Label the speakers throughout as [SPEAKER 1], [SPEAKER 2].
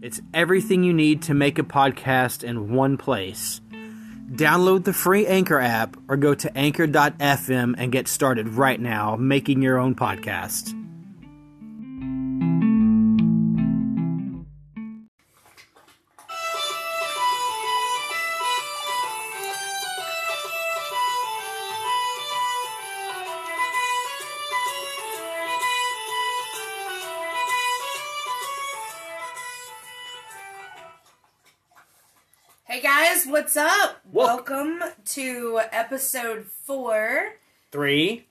[SPEAKER 1] It's everything you need to make a podcast in one place. Download the free Anchor app or go to anchor.fm and get started right now making your own podcast.
[SPEAKER 2] Hey guys, what's up?
[SPEAKER 1] Wel-
[SPEAKER 2] Welcome to episode four.
[SPEAKER 1] Three.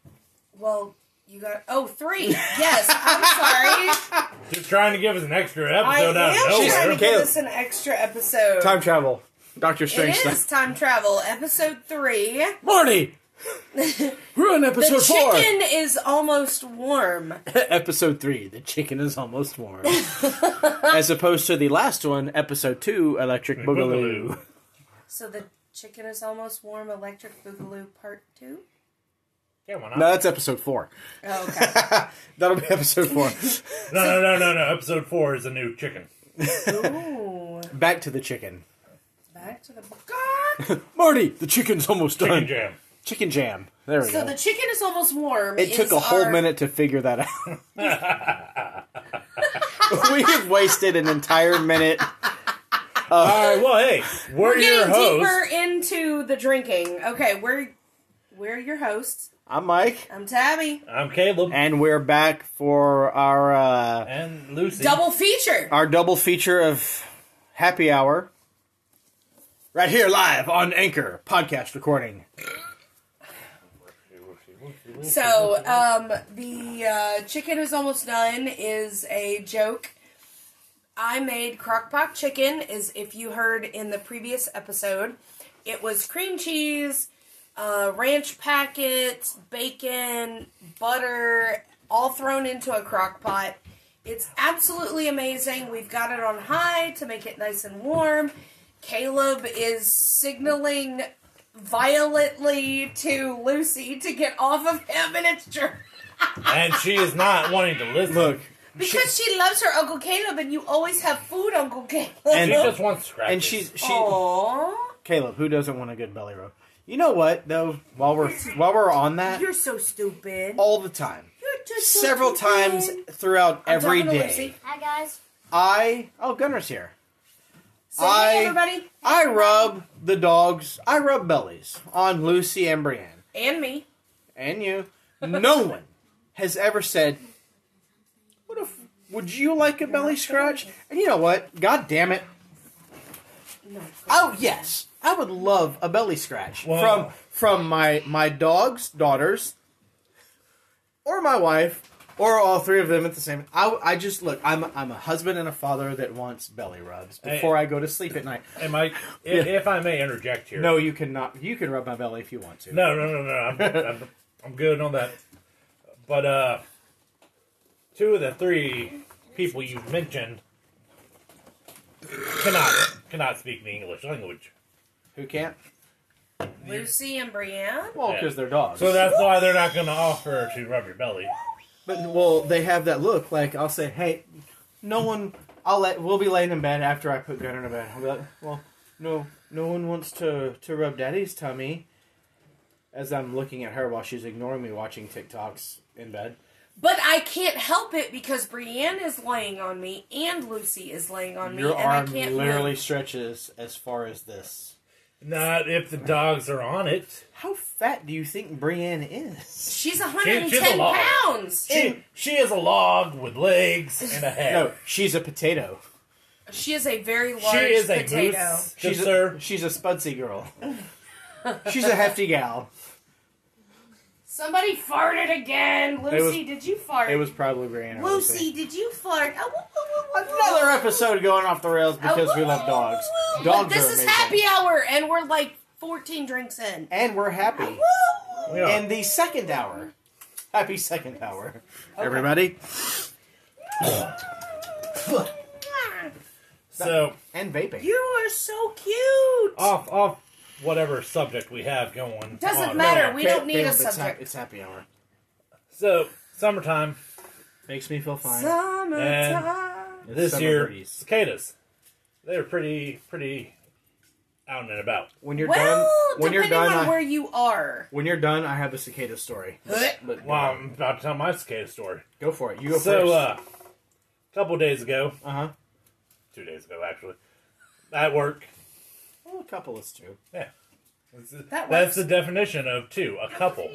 [SPEAKER 2] Well, you got oh three. Yes, I'm sorry.
[SPEAKER 3] Just trying to give us an extra
[SPEAKER 2] I am
[SPEAKER 3] episode out of nowhere.
[SPEAKER 2] trying to give
[SPEAKER 1] Caleb.
[SPEAKER 2] us an extra episode.
[SPEAKER 1] travel. Doctor
[SPEAKER 2] it is time travel, episode three.
[SPEAKER 1] Marty! We're on
[SPEAKER 2] The
[SPEAKER 1] episode
[SPEAKER 2] chicken is almost warm.
[SPEAKER 1] episode three. The chicken is almost warm. As opposed to the last one, episode two, Electric Boogaloo.
[SPEAKER 3] Boogaloo.
[SPEAKER 2] So the chicken is almost warm. Electric Boogaloo Part Two.
[SPEAKER 3] Yeah, why
[SPEAKER 1] No,
[SPEAKER 3] not?
[SPEAKER 1] that's episode four.
[SPEAKER 2] Oh, okay.
[SPEAKER 1] That'll be episode four.
[SPEAKER 3] No, no, no, no, no. Episode four is a new chicken.
[SPEAKER 2] Ooh,
[SPEAKER 1] Back to the chicken.
[SPEAKER 2] back to the God.
[SPEAKER 1] Marty, the chicken's almost
[SPEAKER 3] Chicken
[SPEAKER 1] done.
[SPEAKER 3] jam.
[SPEAKER 1] Chicken jam. There we
[SPEAKER 2] So
[SPEAKER 1] go.
[SPEAKER 2] the chicken is almost warm.
[SPEAKER 1] It took
[SPEAKER 2] is
[SPEAKER 1] a whole
[SPEAKER 2] our-
[SPEAKER 1] minute to figure that out. we have wasted an entire minute.
[SPEAKER 3] All right. Well, hey, we're,
[SPEAKER 2] We're
[SPEAKER 3] your
[SPEAKER 2] getting
[SPEAKER 3] hosts.
[SPEAKER 2] deeper into the drinking. Okay, we're we're your hosts.
[SPEAKER 1] I'm Mike,
[SPEAKER 2] I'm Tabby.
[SPEAKER 3] I'm Caleb and,
[SPEAKER 1] and we're back for our uh,
[SPEAKER 3] Lucy.
[SPEAKER 2] Double feature.
[SPEAKER 1] our double feature of happy hour. Right here, live on Anchor podcast recording.
[SPEAKER 2] So, um, the uh, chicken is almost done is a joke. I made crock pot chicken. Is if you heard in the previous episode, it was cream cheese, uh, ranch packets, bacon, butter, all thrown into a crock pot. It's absolutely amazing. We've got it on high to make it nice and warm. Caleb is signaling violently to Lucy to get off of him, and it's true.
[SPEAKER 3] And she is not wanting to listen.
[SPEAKER 1] Look,
[SPEAKER 2] Because she loves her Uncle Caleb, and you always have food, Uncle Caleb.
[SPEAKER 3] she
[SPEAKER 1] And-
[SPEAKER 3] just wants scratches.
[SPEAKER 1] and she's she
[SPEAKER 2] Oh. Aww,
[SPEAKER 1] Caleb, who doesn't want a good belly rub? You know what though? While we're while we're on that,
[SPEAKER 2] you're so stupid.
[SPEAKER 1] all the time,
[SPEAKER 2] You're just so
[SPEAKER 1] Oh, several
[SPEAKER 2] stupid.
[SPEAKER 1] times throughout
[SPEAKER 2] I'm
[SPEAKER 1] every
[SPEAKER 2] talking to
[SPEAKER 1] day,
[SPEAKER 2] Lucy.
[SPEAKER 4] Hi guys.
[SPEAKER 1] I oh Gunner's here.
[SPEAKER 2] So,
[SPEAKER 1] I-
[SPEAKER 2] hey, everybody,
[SPEAKER 1] I rub the dogs. I rub bellies on Lucy and Brienne
[SPEAKER 2] and me.
[SPEAKER 1] and you. No one has ever said, "What if? Would you like a belly scratch?" And you know what? God damn it! Oh yes, I would love a belly scratch
[SPEAKER 3] Wow.
[SPEAKER 1] from from my my dogs, daughters, or my wife, or all three of them at the same. I I just look. I'm I'm a husband and a father that wants belly rubs before I go to sleep at night.
[SPEAKER 3] Hey, Mike, if, if I may interject here.
[SPEAKER 1] No, you cannot. You can rub my belly if you want to.
[SPEAKER 3] No, no, no, no. I'm, I'm, I'm good on that. But uh, two of the three people you mentioned cannot cannot speak the English language.
[SPEAKER 1] Who can't?
[SPEAKER 2] Lucy and Brienne.
[SPEAKER 1] Well,
[SPEAKER 3] Yeah.
[SPEAKER 1] because they're dogs.
[SPEAKER 3] So that's why they're not going to offer to rub your belly.
[SPEAKER 1] But well, they have that look. Like I'll say, hey, no one. I'll let. We'll be laying in bed after I put Gunner to bed. I'll be like, well, no, no one wants to to rub Daddy's tummy. As I'm looking at her while she's ignoring me, watching TikToks in bed.
[SPEAKER 2] But I can't help it because Brienne is laying on me and Lucy is laying on me,
[SPEAKER 1] Your
[SPEAKER 2] and
[SPEAKER 1] arm
[SPEAKER 2] I can't
[SPEAKER 1] literally
[SPEAKER 2] Move.
[SPEAKER 1] stretches as far as this.
[SPEAKER 3] Not if the dogs are on it.
[SPEAKER 1] How fat do you think Brienne is?
[SPEAKER 2] She's
[SPEAKER 3] Can't
[SPEAKER 2] 110
[SPEAKER 3] you the law?
[SPEAKER 2] pounds.
[SPEAKER 3] She, she is a log with legs and a head.
[SPEAKER 1] No, she's a potato.
[SPEAKER 2] She is a very large
[SPEAKER 3] she is a
[SPEAKER 2] potato.
[SPEAKER 3] moose. Good
[SPEAKER 1] She's
[SPEAKER 3] sir.
[SPEAKER 1] a, she's a spudsy girl. she's a hefty gal.
[SPEAKER 2] Somebody farted again. Lucy,
[SPEAKER 1] was-
[SPEAKER 2] did you fart?
[SPEAKER 1] It was probably Brienne. I would say.
[SPEAKER 2] Lucy, did you fart? Oh, woo, woo, woo,
[SPEAKER 1] Another episode going off the rails because we love dogs. Dogs
[SPEAKER 2] Oh, this
[SPEAKER 1] are
[SPEAKER 2] is
[SPEAKER 1] amazing.
[SPEAKER 2] happy hour, and we're like 14 drinks in.
[SPEAKER 1] And we're
[SPEAKER 2] Oh,
[SPEAKER 1] happy.
[SPEAKER 3] Yeah.
[SPEAKER 1] In the second hour. Happy second hour. Everybody.
[SPEAKER 3] so
[SPEAKER 1] And vaping.
[SPEAKER 2] You are so cute.
[SPEAKER 1] Oh,
[SPEAKER 3] off off whatever subject we have going.
[SPEAKER 2] Doesn't
[SPEAKER 3] on.
[SPEAKER 2] matter.
[SPEAKER 1] Yeah,
[SPEAKER 2] we
[SPEAKER 1] ba-
[SPEAKER 2] don't need
[SPEAKER 1] babe,
[SPEAKER 2] a
[SPEAKER 1] it's hap-
[SPEAKER 2] subject.
[SPEAKER 1] It's happy hour.
[SPEAKER 3] So summertime
[SPEAKER 1] Makes me feel fine.
[SPEAKER 2] Summertime.
[SPEAKER 1] It's
[SPEAKER 3] this
[SPEAKER 1] summer
[SPEAKER 3] year,
[SPEAKER 1] breeze.
[SPEAKER 3] cicadas. They're pretty pretty out and about.
[SPEAKER 1] When you're
[SPEAKER 2] Well,
[SPEAKER 1] done, when you're
[SPEAKER 2] depending
[SPEAKER 1] done,
[SPEAKER 2] on
[SPEAKER 1] I,
[SPEAKER 2] where you are.
[SPEAKER 1] when you're done, I have a cicada story. But
[SPEAKER 3] Well, I'm about to tell my cicada story.
[SPEAKER 1] go for it. You go
[SPEAKER 3] so,
[SPEAKER 1] first. Uh-huh.
[SPEAKER 3] uh, a couple days ago,
[SPEAKER 1] huh.
[SPEAKER 3] two days ago actually, at work.
[SPEAKER 1] Well, a couple is two.
[SPEAKER 3] Yeah, That's the-
[SPEAKER 2] That
[SPEAKER 3] that's
[SPEAKER 2] works.
[SPEAKER 3] the definition of two. A couple,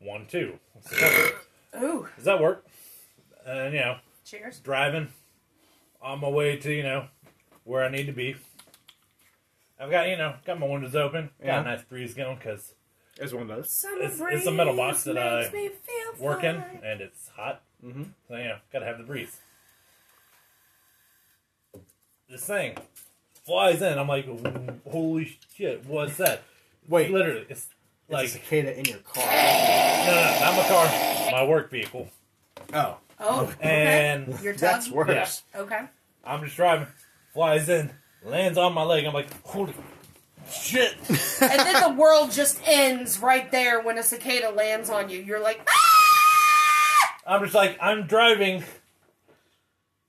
[SPEAKER 3] one two. It's a couple.
[SPEAKER 2] Ooh,
[SPEAKER 3] Does that work? And you know,
[SPEAKER 2] cheers.
[SPEAKER 3] driving on my way to you know where I need to be. I've got you know got my windows open, got
[SPEAKER 1] Yeah.
[SPEAKER 3] a nice breeze going because
[SPEAKER 1] As one of those.
[SPEAKER 2] Summer
[SPEAKER 3] It's- it's a metal box
[SPEAKER 2] breeze
[SPEAKER 3] that I
[SPEAKER 2] makes me feel
[SPEAKER 3] working
[SPEAKER 2] fine.
[SPEAKER 3] and it's hot. Mm-hmm. So you know, gotta have the breeze. This thing flies in. I'm like, holy shit, what's that?
[SPEAKER 1] Wait, it's
[SPEAKER 3] Literally, it's
[SPEAKER 1] a
[SPEAKER 3] like
[SPEAKER 1] cicada in your car.
[SPEAKER 3] no, no, not my car, my work vehicle,
[SPEAKER 1] Oh,
[SPEAKER 2] Oh, okay.
[SPEAKER 3] and
[SPEAKER 2] Your tongue?
[SPEAKER 1] that's worse.
[SPEAKER 2] Okay.
[SPEAKER 3] I'm just driving. Flies in, lands on my leg. I'm like, holy shit.
[SPEAKER 2] and then the world just ends right there when a cicada lands on you. You're like, "Ah!"
[SPEAKER 3] I'm just like, I'm driving.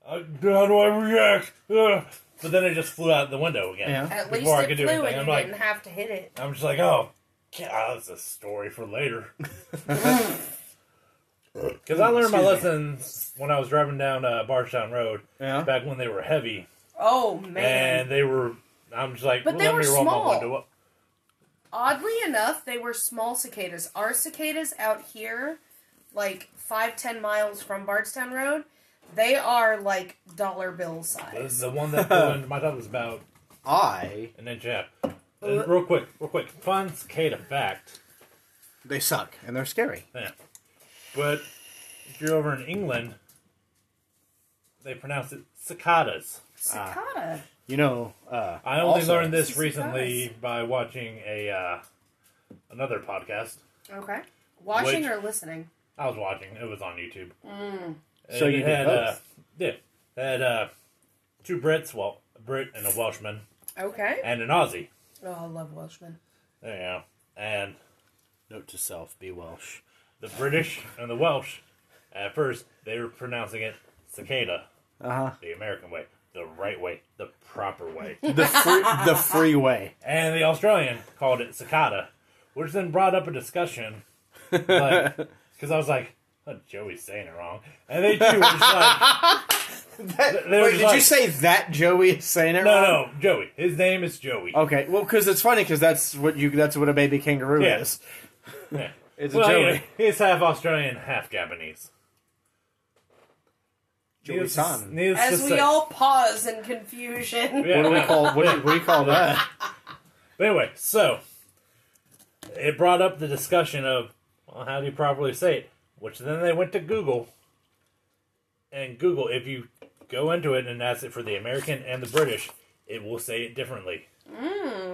[SPEAKER 3] Uh, how do I react? Ugh. But then it just flew out the window again.
[SPEAKER 1] Yeah.
[SPEAKER 2] at least
[SPEAKER 3] Before I
[SPEAKER 2] it
[SPEAKER 3] could do
[SPEAKER 2] flew and
[SPEAKER 3] anything,
[SPEAKER 2] you
[SPEAKER 3] I'm like-
[SPEAKER 2] didn't have to hit it.
[SPEAKER 3] I'm just like, oh, God, that's a story for later. Because I learned my
[SPEAKER 1] Excuse me.
[SPEAKER 3] lessons when I was driving down uh, Barstown Road
[SPEAKER 1] Yeah.
[SPEAKER 3] back when they were heavy.
[SPEAKER 2] Oh man!
[SPEAKER 3] And they were, I'm just like,
[SPEAKER 2] But
[SPEAKER 3] well,
[SPEAKER 2] they
[SPEAKER 3] let
[SPEAKER 2] were
[SPEAKER 3] me roll
[SPEAKER 2] small.
[SPEAKER 3] my window up.
[SPEAKER 2] Oddly enough, they were small cicadas. Our cicadas out here, like five ten miles from Bardstown Road, they are like dollar bill size.
[SPEAKER 3] The one that flew into my top was about
[SPEAKER 1] I.
[SPEAKER 3] an inch and a half. Uh, real quick, real quick. Fun cicada fact.
[SPEAKER 1] They suck and they're scary.
[SPEAKER 3] Yeah. But if you're over in England, they pronounce it cicadas.
[SPEAKER 2] Cicada.
[SPEAKER 1] You know. Uh,
[SPEAKER 3] I only
[SPEAKER 1] also-
[SPEAKER 3] learned this
[SPEAKER 2] Cicadas.
[SPEAKER 3] recently by watching a uh, another podcast.
[SPEAKER 2] okay. Watching
[SPEAKER 3] Which-
[SPEAKER 2] or listening?
[SPEAKER 3] I was watching. It was on YouTube.
[SPEAKER 1] Mm.
[SPEAKER 3] And
[SPEAKER 1] So you
[SPEAKER 3] it
[SPEAKER 1] did
[SPEAKER 3] had uh,
[SPEAKER 1] both.
[SPEAKER 3] yeah, it had uh, two Brits, well, a Brit and a Welshman,
[SPEAKER 2] Okay.
[SPEAKER 3] and an Aussie.
[SPEAKER 2] Oh, I love Welshmen.
[SPEAKER 3] There you go. And
[SPEAKER 1] Note to self: be Welsh.
[SPEAKER 3] the British and the Welsh, at first they were pronouncing it cicada,
[SPEAKER 1] Uh huh.
[SPEAKER 3] the American way, the right way, the proper way.
[SPEAKER 1] The free, the freeway.
[SPEAKER 3] and the Australian called it cicada, which then brought up a discussion. Because I was like, oh, Joey's saying it wrong. And they too were just like, They were
[SPEAKER 1] Wait, did
[SPEAKER 3] just
[SPEAKER 1] you
[SPEAKER 3] like-
[SPEAKER 1] say that Joey is saying it?
[SPEAKER 3] no,
[SPEAKER 1] wrong?
[SPEAKER 3] no, Joey. His name is Joey.
[SPEAKER 1] Okay, well, because it's funny because that's what you—that's what a baby kangaroo
[SPEAKER 3] Yeah.
[SPEAKER 1] is.
[SPEAKER 3] Yeah.
[SPEAKER 1] It's a
[SPEAKER 3] well,
[SPEAKER 1] Joey.
[SPEAKER 3] anyway, he's half Australian, half Japanese.
[SPEAKER 1] Joey San.
[SPEAKER 3] needless to
[SPEAKER 2] As we
[SPEAKER 3] say-
[SPEAKER 2] all pause in confusion.
[SPEAKER 3] Yeah,
[SPEAKER 1] What do we
[SPEAKER 3] no.
[SPEAKER 1] call? What do you, what do you call that?
[SPEAKER 3] But anyway, so it brought up the discussion of well, how do you properly say it, which then they went to Google, and Google, if you go into it and ask it for the American and the British, it will say it differently.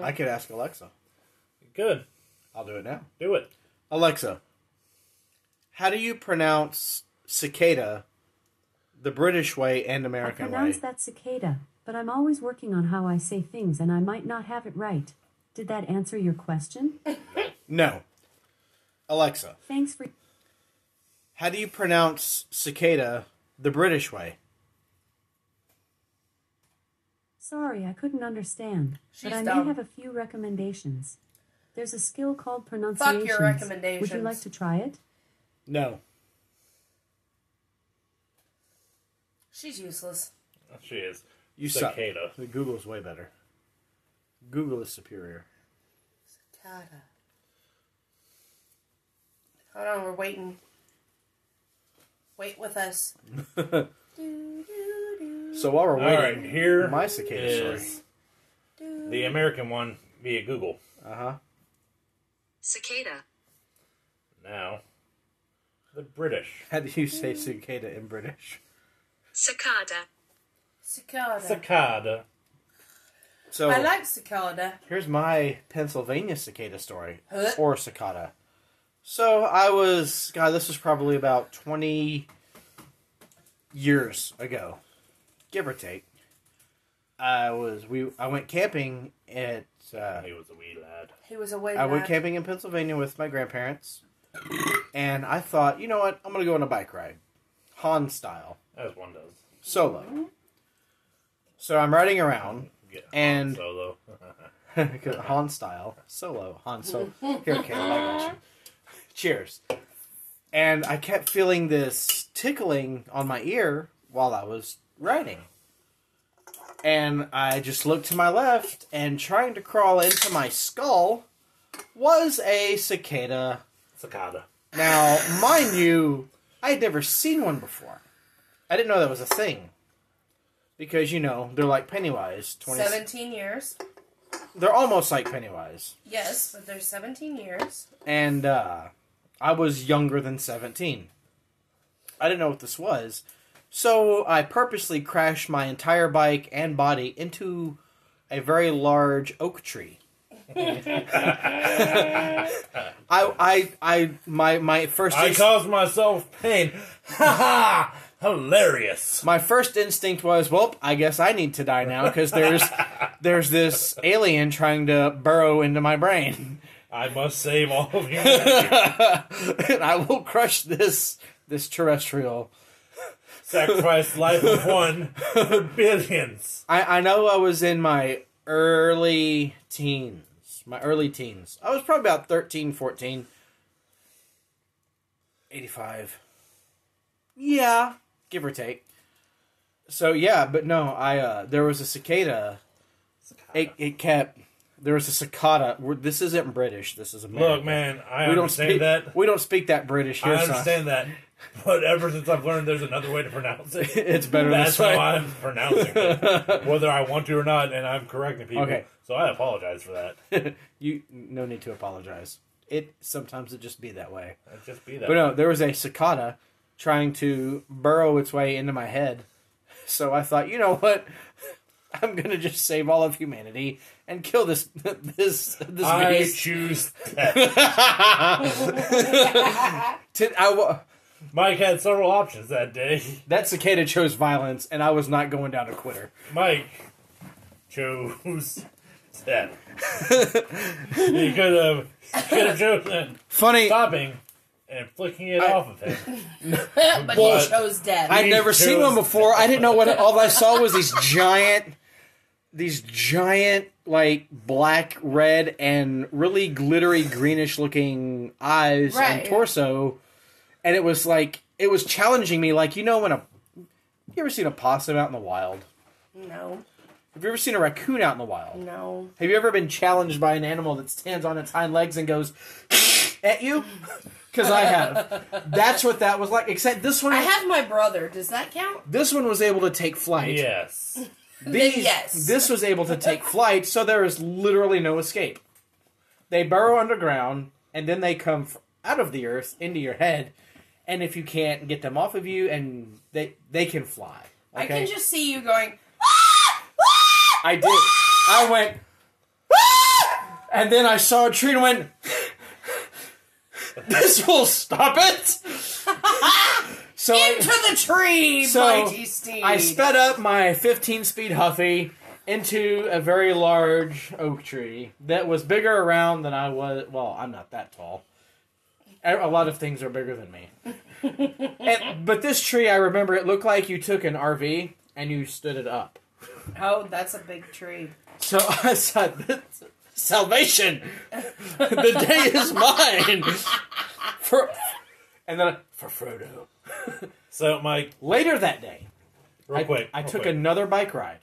[SPEAKER 1] I could ask Alexa.
[SPEAKER 3] Good,
[SPEAKER 1] I'll do it now.
[SPEAKER 3] do it.
[SPEAKER 1] Alexa, how do you pronounce cicada the British way and
[SPEAKER 5] I
[SPEAKER 1] American way?
[SPEAKER 5] pronounce that cicada, but I'm always working on how I say things and I might not have it right. Did that answer your question?
[SPEAKER 1] No. Alexa,
[SPEAKER 5] Thanks for.
[SPEAKER 1] how do you pronounce cicada the British way?
[SPEAKER 5] Sorry, I couldn't understand,
[SPEAKER 2] She's
[SPEAKER 5] but I
[SPEAKER 2] dumb.
[SPEAKER 5] may have a few recommendations. There's a skill called pronunciation.
[SPEAKER 2] your
[SPEAKER 5] Would you
[SPEAKER 2] recommendations.
[SPEAKER 5] like to try it?
[SPEAKER 1] No.
[SPEAKER 2] She's useless.
[SPEAKER 3] She is
[SPEAKER 1] You
[SPEAKER 3] cicada.
[SPEAKER 1] suck. Google's way better. Google is superior.
[SPEAKER 2] Cicada. Hold on, we're waiting. Wait with us. Do, do, do,
[SPEAKER 1] So while we're
[SPEAKER 3] All
[SPEAKER 1] waiting,
[SPEAKER 3] right, here
[SPEAKER 1] my cicada
[SPEAKER 3] is
[SPEAKER 1] story.
[SPEAKER 2] do.
[SPEAKER 3] the American one via Google.
[SPEAKER 1] Uh huh.
[SPEAKER 5] Cicada.
[SPEAKER 3] Now, the British.
[SPEAKER 1] How do you say cicada in British?
[SPEAKER 5] Cicada.
[SPEAKER 2] Cicada.
[SPEAKER 3] Cicada.
[SPEAKER 1] So
[SPEAKER 2] I like cicada.
[SPEAKER 1] here's my Pennsylvania cicada story,
[SPEAKER 2] Huh?
[SPEAKER 1] or cicada. So I was, God, this was probably about 20 years ago, give or take. I was, we, I went camping at, uh,
[SPEAKER 3] He was a wee lad.
[SPEAKER 2] He was away.
[SPEAKER 1] I went camping in Pennsylvania with my grandparents, and I thought, you know what, I'm gonna go on a bike ride, Han style,
[SPEAKER 3] As one does.
[SPEAKER 1] solo. So I'm riding around,
[SPEAKER 3] Yeah.
[SPEAKER 1] And-
[SPEAKER 3] solo.
[SPEAKER 1] 'Cause Han style, solo, Han solo. Here, Caleb, I got you. Cheers. And I kept feeling this tickling on my ear while I was riding. And I just looked to my left, and trying to crawl into my skull was a cicada
[SPEAKER 3] Cicada.
[SPEAKER 1] Now, mind you, I had never seen one before. I didn't know that was a thing. Because, you know, they're like Pennywise. 20,
[SPEAKER 2] Seventeen years.
[SPEAKER 1] They're almost like Pennywise.
[SPEAKER 2] Yes, but there's seventeen years.
[SPEAKER 1] And uh, I was younger than 17. I didn't know what this was. So I purposely crashed my entire bike and body into a very large oak tree. I, I, I, my, my first.
[SPEAKER 3] I
[SPEAKER 1] inst-
[SPEAKER 3] caused myself pain. Ha ha! Hilarious.
[SPEAKER 1] my first instinct was, well, I guess I need to die now because there's there's this alien trying to burrow into my brain,
[SPEAKER 3] I must save all of you.
[SPEAKER 1] and I will crush this this terrestrial.
[SPEAKER 3] Sacrifice life of one for billions.
[SPEAKER 1] I I know I was in my early teens, my early teens. I was probably about 13, 14. 85. Yeah, give or take. So yeah, but no, I uh there was a cicada It, it kept. There was a cicada. We're, this isn't British. This is American.
[SPEAKER 3] Look, man, I
[SPEAKER 1] we don't
[SPEAKER 3] understand
[SPEAKER 1] speak
[SPEAKER 3] that.
[SPEAKER 1] We don't speak that British
[SPEAKER 3] I
[SPEAKER 1] here, son.
[SPEAKER 3] understand that. But ever since I've learned there's another way to pronounce it,
[SPEAKER 1] It's better this
[SPEAKER 3] that's how
[SPEAKER 1] way.
[SPEAKER 3] I'm pronouncing it. Whether I want to or not, and I'm correcting people.
[SPEAKER 1] Okay.
[SPEAKER 3] So I apologize for that.
[SPEAKER 1] You no need to apologize. It sometimes it just be that way.
[SPEAKER 3] I'd just be that.
[SPEAKER 1] But Oh, uh, no, there was a cicada trying to burrow its way into my head. So I thought, you know what? I'm gonna just save all of humanity and kill this this this
[SPEAKER 3] I
[SPEAKER 1] beast.
[SPEAKER 3] choose death.
[SPEAKER 1] Ti- I wa-
[SPEAKER 3] Mike had several options that day.
[SPEAKER 1] that cicada chose violence, and I was not going down a quitter.
[SPEAKER 3] Mike chose death. he could have could have chosen
[SPEAKER 1] Funny.
[SPEAKER 3] stopping and flicking it off of him.
[SPEAKER 2] but
[SPEAKER 3] What?
[SPEAKER 2] he chose death.
[SPEAKER 1] I'd never
[SPEAKER 3] These
[SPEAKER 1] seen one
[SPEAKER 3] shows-
[SPEAKER 1] before. I didn't know what. All I saw was these giant, these giant like black, red, and really glittery greenish looking eyes
[SPEAKER 2] Right.
[SPEAKER 1] and torso, and it was like it was challenging me. Like you know when a, you ever seen a possum out in the wild?
[SPEAKER 2] no,
[SPEAKER 1] Have you ever seen a raccoon out in the wild?
[SPEAKER 2] no.
[SPEAKER 1] Have you ever been challenged by an animal that stands on its hind legs and goes at you? Because I have. That's what that was like. Except this one,
[SPEAKER 2] I have my brother. Does that count?
[SPEAKER 1] this one was able to take flight.
[SPEAKER 3] Yes.
[SPEAKER 1] These,
[SPEAKER 2] yes.
[SPEAKER 1] This was able to take flight, so there is literally no escape. They burrow underground, and then they come f- out of the earth into your head. And if you can't get them off of you, and they they can fly. Okay?
[SPEAKER 2] I can just see you going.
[SPEAKER 1] I did. I went, and then I saw a tree and went. This will stop it. so I-
[SPEAKER 2] Into the tree,
[SPEAKER 1] So,
[SPEAKER 2] mighty steed.
[SPEAKER 1] I sped up my 15 speed Huffy into a very large oak tree that was bigger around than I was. Well, I'm not that tall. A a lot of things are bigger than me. And- but this tree, I remember it looked like you took an RV and you stood it up.
[SPEAKER 2] Oh, that's a big tree.
[SPEAKER 1] So I said, Salvation! the day is mine! For, and then I- for Frodo.
[SPEAKER 3] So Mike,
[SPEAKER 1] Later that day,
[SPEAKER 3] real
[SPEAKER 1] I,
[SPEAKER 3] quick.
[SPEAKER 1] I
[SPEAKER 3] real
[SPEAKER 1] took
[SPEAKER 3] quick.
[SPEAKER 1] another bike ride.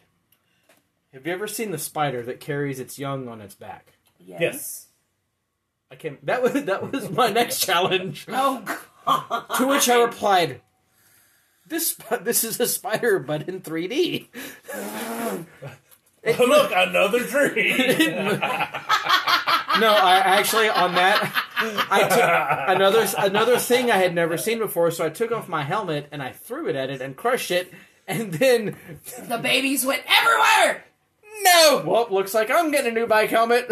[SPEAKER 1] Have you ever seen the spider that carries its young on its back?
[SPEAKER 2] Yes.
[SPEAKER 3] Yes.
[SPEAKER 1] I can That was that was my next challenge.
[SPEAKER 2] Oh,
[SPEAKER 1] To which I replied, "This sp- this is a spider, but in 3D."
[SPEAKER 3] Look, another tree.
[SPEAKER 1] No, I actually on that I took another another thing I had never seen before. So I took off my helmet and I threw it at it and crushed it. and then
[SPEAKER 2] The babies went everywhere.
[SPEAKER 1] no, well, looks like I'm getting a new bike helmet.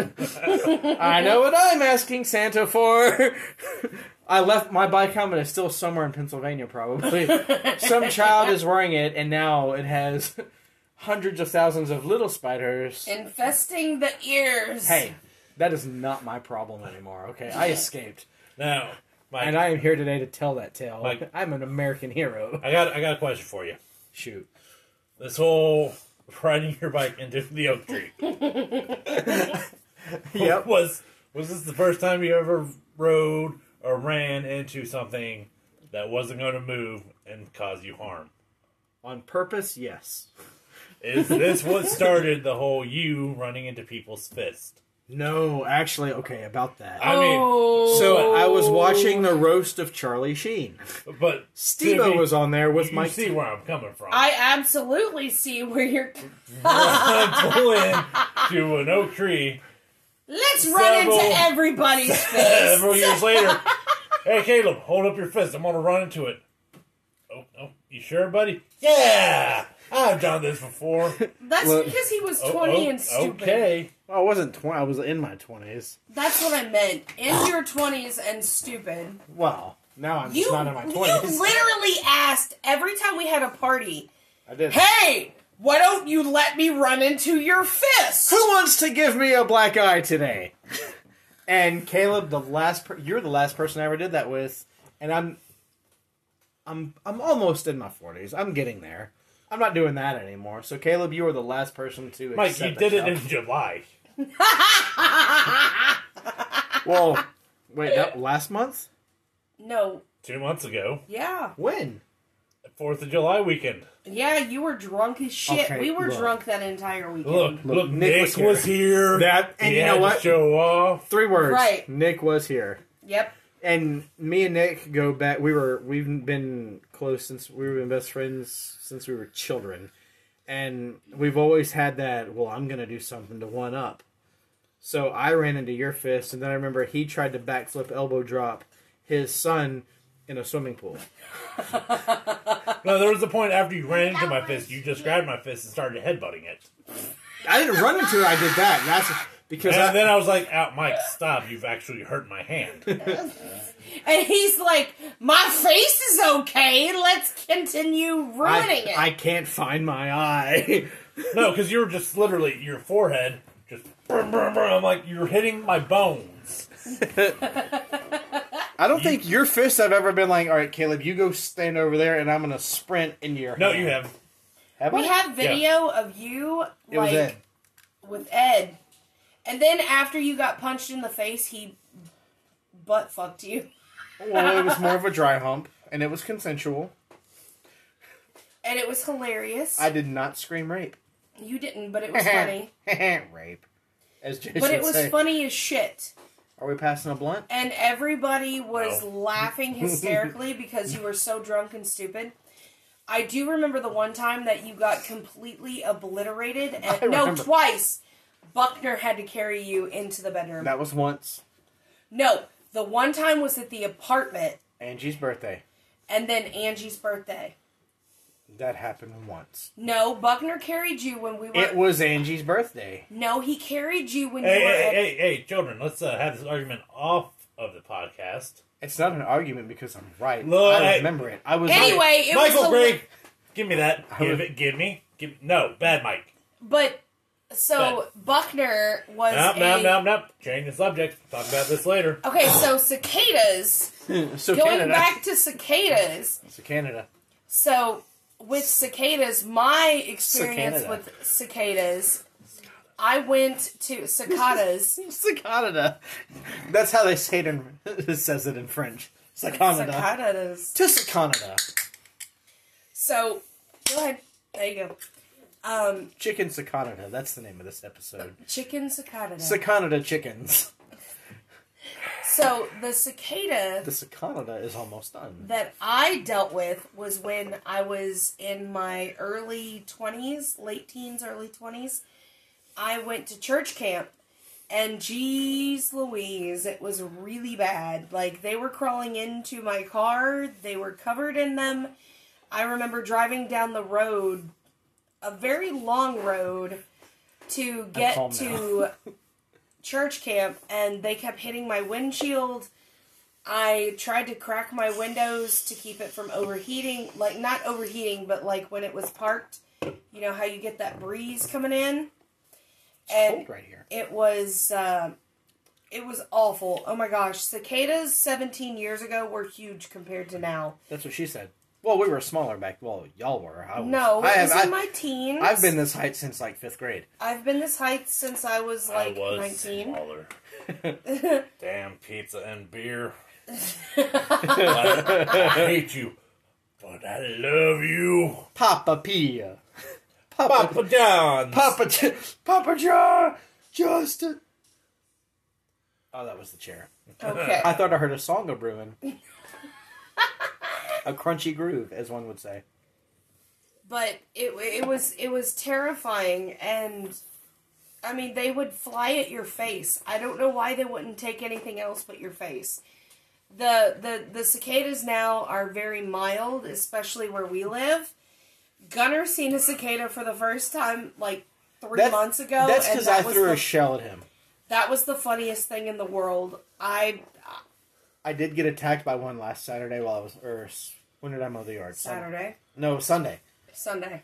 [SPEAKER 1] I know what I'm asking Santa for. I left my bike helmet is still somewhere in Pennsylvania, probably. Some child is wearing it, and now it has hundreds of thousands of little spiders.
[SPEAKER 2] Infesting the ears.
[SPEAKER 1] Hey, that is not my problem anymore. Okay, I escaped,
[SPEAKER 3] Now, Mike,
[SPEAKER 1] and I am here today to tell that tale.
[SPEAKER 3] Mike.
[SPEAKER 1] I'm an American hero.
[SPEAKER 3] I got I got a question for you.
[SPEAKER 1] Shoot,
[SPEAKER 3] This whole riding your bike into the oak tree.
[SPEAKER 1] Yep.
[SPEAKER 3] Was was this the first time you ever rode or ran into something that wasn't going to move and cause you harm?
[SPEAKER 1] on purpose, yes.
[SPEAKER 3] Is this what started the whole you running into people's fist?
[SPEAKER 1] No, actually, okay, about that.
[SPEAKER 3] I
[SPEAKER 2] Oh.
[SPEAKER 3] mean,
[SPEAKER 1] So I was watching the roast of Charlie Sheen.
[SPEAKER 3] but
[SPEAKER 1] Steve
[SPEAKER 3] Timmy,
[SPEAKER 1] was on there with
[SPEAKER 3] you
[SPEAKER 1] Mike.
[SPEAKER 3] see where I'm coming from.
[SPEAKER 2] I absolutely see where you're.
[SPEAKER 3] I pull in to an oak tree
[SPEAKER 2] Let's run
[SPEAKER 3] Several-
[SPEAKER 2] into everybody's face.
[SPEAKER 3] several years later. Hey, Caleb, hold up your fist. I'm going to run into it. Oh, oh, you sure, buddy? Yeah! I've done this before.
[SPEAKER 2] That's
[SPEAKER 1] Look.
[SPEAKER 2] because he was
[SPEAKER 3] Oh,
[SPEAKER 2] 20
[SPEAKER 3] oh,
[SPEAKER 2] and stupid.
[SPEAKER 3] Okay.
[SPEAKER 1] Oh, I wasn't twenty. I was in my twenties.
[SPEAKER 2] That's what I meant. In your 20s and stupid.
[SPEAKER 1] Well, now I'm
[SPEAKER 2] You,
[SPEAKER 1] just not in my
[SPEAKER 2] you
[SPEAKER 1] twenties.
[SPEAKER 2] literally asked every time we had a party,
[SPEAKER 1] I did.
[SPEAKER 2] hey, why don't you let me run into your fist?
[SPEAKER 1] Who wants to give me a black eye today? and Caleb, the last per- you're the last person I ever did that with, and I'm, I'm, I'm almost in my forties. I'm getting there. I'm not doing that anymore. So Caleb, you were the last person to.
[SPEAKER 3] Mike,
[SPEAKER 1] accept
[SPEAKER 3] you
[SPEAKER 1] that
[SPEAKER 3] did it
[SPEAKER 1] challenge.
[SPEAKER 3] in July.
[SPEAKER 1] well, wait, that last month?
[SPEAKER 2] No.
[SPEAKER 3] Two months ago.
[SPEAKER 2] Yeah.
[SPEAKER 1] When?
[SPEAKER 3] Fourth of July weekend.
[SPEAKER 2] Yeah, you were drunk as shit.
[SPEAKER 1] Okay,
[SPEAKER 2] we were
[SPEAKER 1] look.
[SPEAKER 2] drunk that entire weekend.
[SPEAKER 3] Look, look, Nick, was here.
[SPEAKER 1] That- and
[SPEAKER 3] He
[SPEAKER 1] you
[SPEAKER 3] had
[SPEAKER 1] know
[SPEAKER 3] to
[SPEAKER 1] what?
[SPEAKER 3] show off.
[SPEAKER 1] Three words.
[SPEAKER 2] Right.
[SPEAKER 1] Nick was here.
[SPEAKER 2] Yep.
[SPEAKER 1] and me and Nick go back. We were we've been close since we've been best friends since we were children, and we've always had that. Well, I'm gonna do something to one up. So I ran into your fist, and then I remember he tried to backflip elbow drop his son in a swimming pool.
[SPEAKER 3] No, there was a point after you ran into my fist, you just grabbed my fist and started headbutting it.
[SPEAKER 1] I didn't run into it. I did that. That's because I,
[SPEAKER 3] And then I was like, "Out, Mike, stop! You've actually hurt my hand."
[SPEAKER 2] And he's like, my face is okay. Let's continue ruining
[SPEAKER 1] I,
[SPEAKER 2] it.
[SPEAKER 1] I can't find my eye.
[SPEAKER 3] No, because you were just literally your forehead, just brum, brum, brum. I'm like you're hitting my bones.
[SPEAKER 1] I don't think your fists have ever been like, all right, Caleb, you go stand over there, and I'm gonna sprint into your.
[SPEAKER 3] No,
[SPEAKER 1] hand."
[SPEAKER 3] you have.
[SPEAKER 1] Have
[SPEAKER 2] we
[SPEAKER 1] I?
[SPEAKER 2] have video of you,
[SPEAKER 1] It was
[SPEAKER 2] like,
[SPEAKER 1] Ed.
[SPEAKER 2] with Ed. And then after you got punched in the face, he butt fucked you.
[SPEAKER 1] Well, it was more of a dry hump, and it was consensual.
[SPEAKER 2] And it was hilarious.
[SPEAKER 1] I did not scream rape.
[SPEAKER 2] you didn't, but it was funny.
[SPEAKER 1] rape. As Jason
[SPEAKER 2] But it was
[SPEAKER 1] say.
[SPEAKER 2] funny as shit.
[SPEAKER 1] Are we passing a blunt?
[SPEAKER 2] And everybody was
[SPEAKER 3] No.
[SPEAKER 2] laughing hysterically because you were so drunk and stupid. I do remember the one time that you got completely obliterated.
[SPEAKER 1] I
[SPEAKER 2] And, no,
[SPEAKER 1] remember.
[SPEAKER 2] twice. Buckner had to carry you into the bedroom.
[SPEAKER 1] That was once.
[SPEAKER 2] No, the one time was at the apartment
[SPEAKER 1] Angie's birthday.
[SPEAKER 2] and then Angie's birthday.
[SPEAKER 1] That happened once.
[SPEAKER 2] No, Buckner carried you when we were.
[SPEAKER 1] It was Angie's birthday.
[SPEAKER 2] no, he carried you when
[SPEAKER 3] Hey,
[SPEAKER 2] you were.
[SPEAKER 3] hey,
[SPEAKER 2] at-
[SPEAKER 3] hey, hey, children! Let's uh, have this argument off of the podcast.
[SPEAKER 1] It's not an argument because I'm right.
[SPEAKER 3] Look,
[SPEAKER 1] I
[SPEAKER 3] hey.
[SPEAKER 1] remember it. I was
[SPEAKER 2] Anyway, it was.
[SPEAKER 3] Michael,
[SPEAKER 2] hila-
[SPEAKER 3] break. Give me that. Give
[SPEAKER 1] would-
[SPEAKER 3] it. Give me. Give. No, bad Mike.
[SPEAKER 2] But so Buckner was.
[SPEAKER 3] Nope,
[SPEAKER 2] a,
[SPEAKER 3] nope, nope, nope. Change the subject. Talk about this later.
[SPEAKER 2] Okay, so cicadas.
[SPEAKER 1] Like, so
[SPEAKER 2] Going
[SPEAKER 1] Canada.
[SPEAKER 2] back to cicadas.
[SPEAKER 1] So Canada.
[SPEAKER 2] So with cicadas, my experience
[SPEAKER 1] Cicada.
[SPEAKER 2] with cicadas, I went to cicadas.
[SPEAKER 1] Cicada. That's how they say it in, it says it in French. Cicada.
[SPEAKER 2] cicadas.
[SPEAKER 1] To Cicada.
[SPEAKER 2] So go ahead. There you go. Um,
[SPEAKER 1] Chicken Cicada. That's the name of this episode.
[SPEAKER 2] chicken cicada.
[SPEAKER 1] Cicada chickens.
[SPEAKER 2] so the cicada
[SPEAKER 1] The cicada is almost done.
[SPEAKER 2] that I dealt with was when I was in my early 20s, late teens, early 20s. I went to church camp, and geez Louise, it was really bad. Like, they were crawling into my car, they were covered in them. I remember driving down the road, a very long road, to get
[SPEAKER 1] calm
[SPEAKER 2] to church camp, and they kept hitting my windshield. I tried to crack my windows to keep it from overheating. Like, not overheating, but like when it was parked, you know how you get that breeze coming in? And
[SPEAKER 1] Cold right here.
[SPEAKER 2] it was uh, it was awful. Oh my gosh, cicadas 17 years ago were huge compared to now.
[SPEAKER 1] That's what she said. Well, we were smaller back. Well, y'all were. I was,
[SPEAKER 2] No,
[SPEAKER 1] I
[SPEAKER 2] I
[SPEAKER 1] have,
[SPEAKER 2] was in
[SPEAKER 1] I,
[SPEAKER 2] my teens.
[SPEAKER 1] I've been this height since like fifth grade.
[SPEAKER 2] I've been this height since I was like
[SPEAKER 3] I was
[SPEAKER 2] 19.
[SPEAKER 3] smaller. Damn pizza and beer. I, I hate you, but I love you.
[SPEAKER 1] Papa Pia. Papa
[SPEAKER 3] Papa John's.
[SPEAKER 1] Papa J- Papa John Justin. Oh, that was the chair.
[SPEAKER 2] Okay.
[SPEAKER 1] I thought I heard a song of brewing. a crunchy groove, as one would say.
[SPEAKER 2] but it it was it was terrifying and I mean they would fly at your face. I don't know why they wouldn't take anything else but your face. The the the cicadas now are very mild, especially where we live. Gunner seen a cicada for the first time like 3
[SPEAKER 1] That-
[SPEAKER 2] months ago
[SPEAKER 1] That's
[SPEAKER 2] and
[SPEAKER 1] because
[SPEAKER 2] that
[SPEAKER 1] I
[SPEAKER 2] was
[SPEAKER 1] threw
[SPEAKER 2] the,
[SPEAKER 1] a shell at him.
[SPEAKER 2] that was the funniest thing in the world. I
[SPEAKER 1] I did get attacked by one last Saturday while I was. Or s- when did I mow the yard? Sun-
[SPEAKER 2] Saturday,
[SPEAKER 1] No, Sunday.
[SPEAKER 2] Sunday.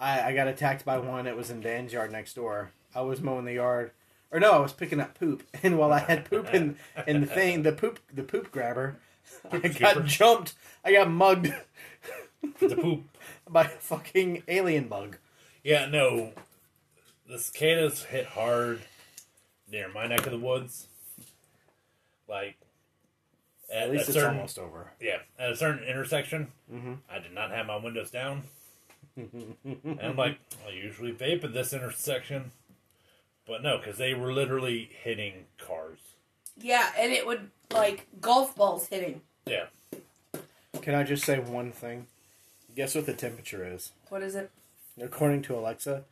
[SPEAKER 1] I, I got attacked by one. It was in Dan's yard next door. I was mowing the yard, or no, I was picking up poop. And while I had poop in in the thing, the poop the poop grabber, I
[SPEAKER 3] scooper.
[SPEAKER 1] got jumped. I got mugged
[SPEAKER 3] the poop.
[SPEAKER 1] by a fucking alien bug.
[SPEAKER 3] Yeah, no. The cicadas hit hard near my neck of the woods. Like at,
[SPEAKER 1] At least
[SPEAKER 3] a
[SPEAKER 1] it's
[SPEAKER 3] certain
[SPEAKER 1] almost over.
[SPEAKER 3] yeah at a certain intersection,
[SPEAKER 1] Mm-hmm.
[SPEAKER 3] I did not have my windows down, and I'm like I usually vape at this intersection, but no, because they were literally hitting cars.
[SPEAKER 2] Yeah, and it would like golf balls hitting.
[SPEAKER 3] Yeah,
[SPEAKER 1] Can I just say one thing? Guess what the temperature is?
[SPEAKER 2] What is it?
[SPEAKER 1] According to Alexa,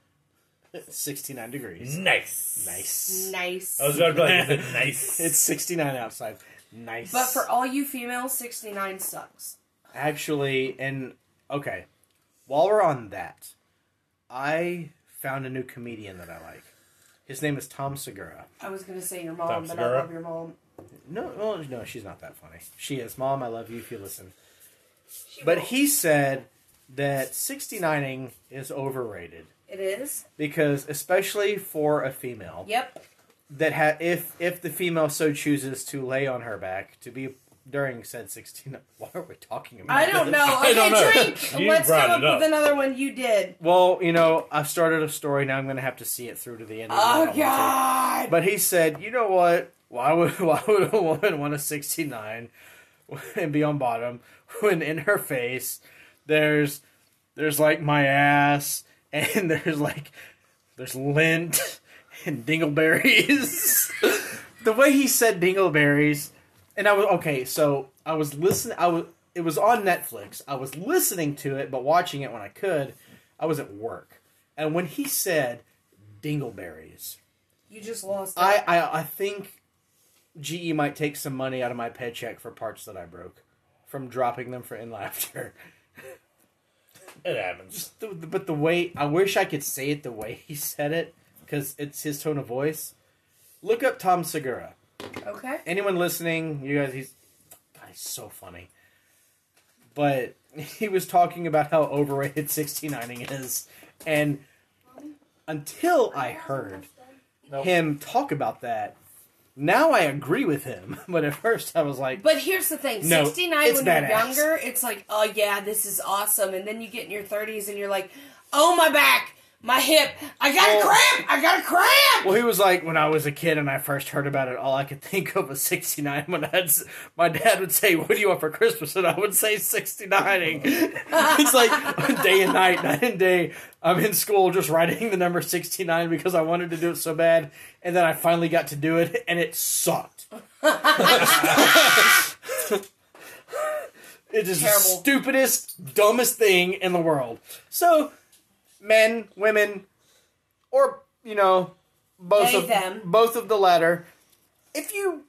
[SPEAKER 1] it's 69 degrees.
[SPEAKER 3] nice,
[SPEAKER 1] Nice.
[SPEAKER 2] Nice.
[SPEAKER 3] I was about to be like, is it nice?
[SPEAKER 1] It's 69 outside. Nice.
[SPEAKER 2] But for all you females, 69 sucks.
[SPEAKER 1] Actually, and okay, while we're on that, I found a new comedian that I like. His name is Tom Segura.
[SPEAKER 2] I was going to say your mom,
[SPEAKER 3] Tom
[SPEAKER 2] but
[SPEAKER 3] Segura?
[SPEAKER 2] I love your mom.
[SPEAKER 1] No, well, no, she's not that funny. She is. Mom, I love you if you listen. But he said that 69ing is overrated
[SPEAKER 2] It is?
[SPEAKER 1] because, especially for a female,
[SPEAKER 2] Yep.
[SPEAKER 1] that ha- if if the female so chooses to lay on her back to be during said 16 why are we talking about
[SPEAKER 2] I don't
[SPEAKER 1] this?
[SPEAKER 2] know.
[SPEAKER 3] I
[SPEAKER 2] Okay,
[SPEAKER 3] don't know.
[SPEAKER 2] drink.
[SPEAKER 3] You
[SPEAKER 2] Let's
[SPEAKER 3] brought
[SPEAKER 2] come up,
[SPEAKER 3] it up.
[SPEAKER 2] with another one. You did.
[SPEAKER 1] well you know i've started a story now i'm gonna have to see it through to the end of the
[SPEAKER 2] Oh,
[SPEAKER 1] novel, too.
[SPEAKER 2] God.
[SPEAKER 1] but he said you know what why would why would a woman want a 69 and be on bottom when in her face there's there's like my ass and there's like there's lint and dingleberries the way he said dingleberries and i was okay so i was listening i was it was on netflix i was listening to it but watching it when i could i was at work and when he said dingleberries
[SPEAKER 2] You just lost. it.
[SPEAKER 1] i i, I think ge might take some money out of my paycheck for parts that i broke from dropping them for in laughter
[SPEAKER 3] it happens.
[SPEAKER 1] the, the- but the way I wish I could say it the way he said it because it's his tone of voice. Look up Tom Segura.
[SPEAKER 2] okay.
[SPEAKER 1] Anyone listening, you guys, he's God, he's so funny. But he was talking about how overrated 69ing is, and until I heard him talk about that, now I agree with him. But at first, I was like,
[SPEAKER 2] But here's the thing
[SPEAKER 1] No,
[SPEAKER 2] 69
[SPEAKER 1] it's
[SPEAKER 2] when
[SPEAKER 1] badass.
[SPEAKER 2] you're younger, it's like, oh, yeah, this is awesome. And then you get in your 30s and you're like, oh, my back, my hip, I got a
[SPEAKER 1] Well-
[SPEAKER 2] cramp, I got a cramp.
[SPEAKER 1] Well, he was like, when I was a kid and I first heard about it, all I could think of was 69. When I'd, s- my dad would say, What do you want for Christmas? And I would say 69ing. it's like day and night, night and day. I'm in school just writing the number 69 because I wanted to do it so bad. And then I finally got to do it, and it sucked. it is
[SPEAKER 2] Terrible.
[SPEAKER 1] the stupidest, dumbest thing in the world. So, men, women, or you know both
[SPEAKER 2] They,
[SPEAKER 1] of
[SPEAKER 2] them.
[SPEAKER 1] both of the latter if you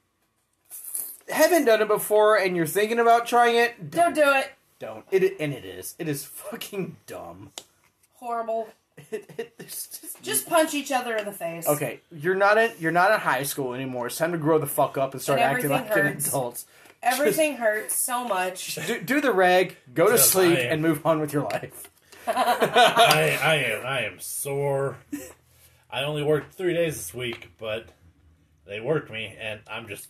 [SPEAKER 1] haven't done it before and you're thinking about trying it
[SPEAKER 2] Don't do it.
[SPEAKER 1] don't. It and it is. It is fucking dumb.
[SPEAKER 2] Horrible.
[SPEAKER 1] It, it, it's just,
[SPEAKER 2] Just punch each other in the face.
[SPEAKER 1] okay. You're not at you're not at high school anymore. It's time to grow the fuck up and start
[SPEAKER 2] And
[SPEAKER 1] acting like
[SPEAKER 2] everything
[SPEAKER 1] an
[SPEAKER 2] hurts.
[SPEAKER 1] adult.
[SPEAKER 2] Everything hurts so much.
[SPEAKER 1] Do, do the reg, go to
[SPEAKER 3] Just
[SPEAKER 1] sleep,
[SPEAKER 3] I am.
[SPEAKER 1] and move on with your life.
[SPEAKER 3] I, I am I am sore. I only worked three days this week, but they worked me, and I'm just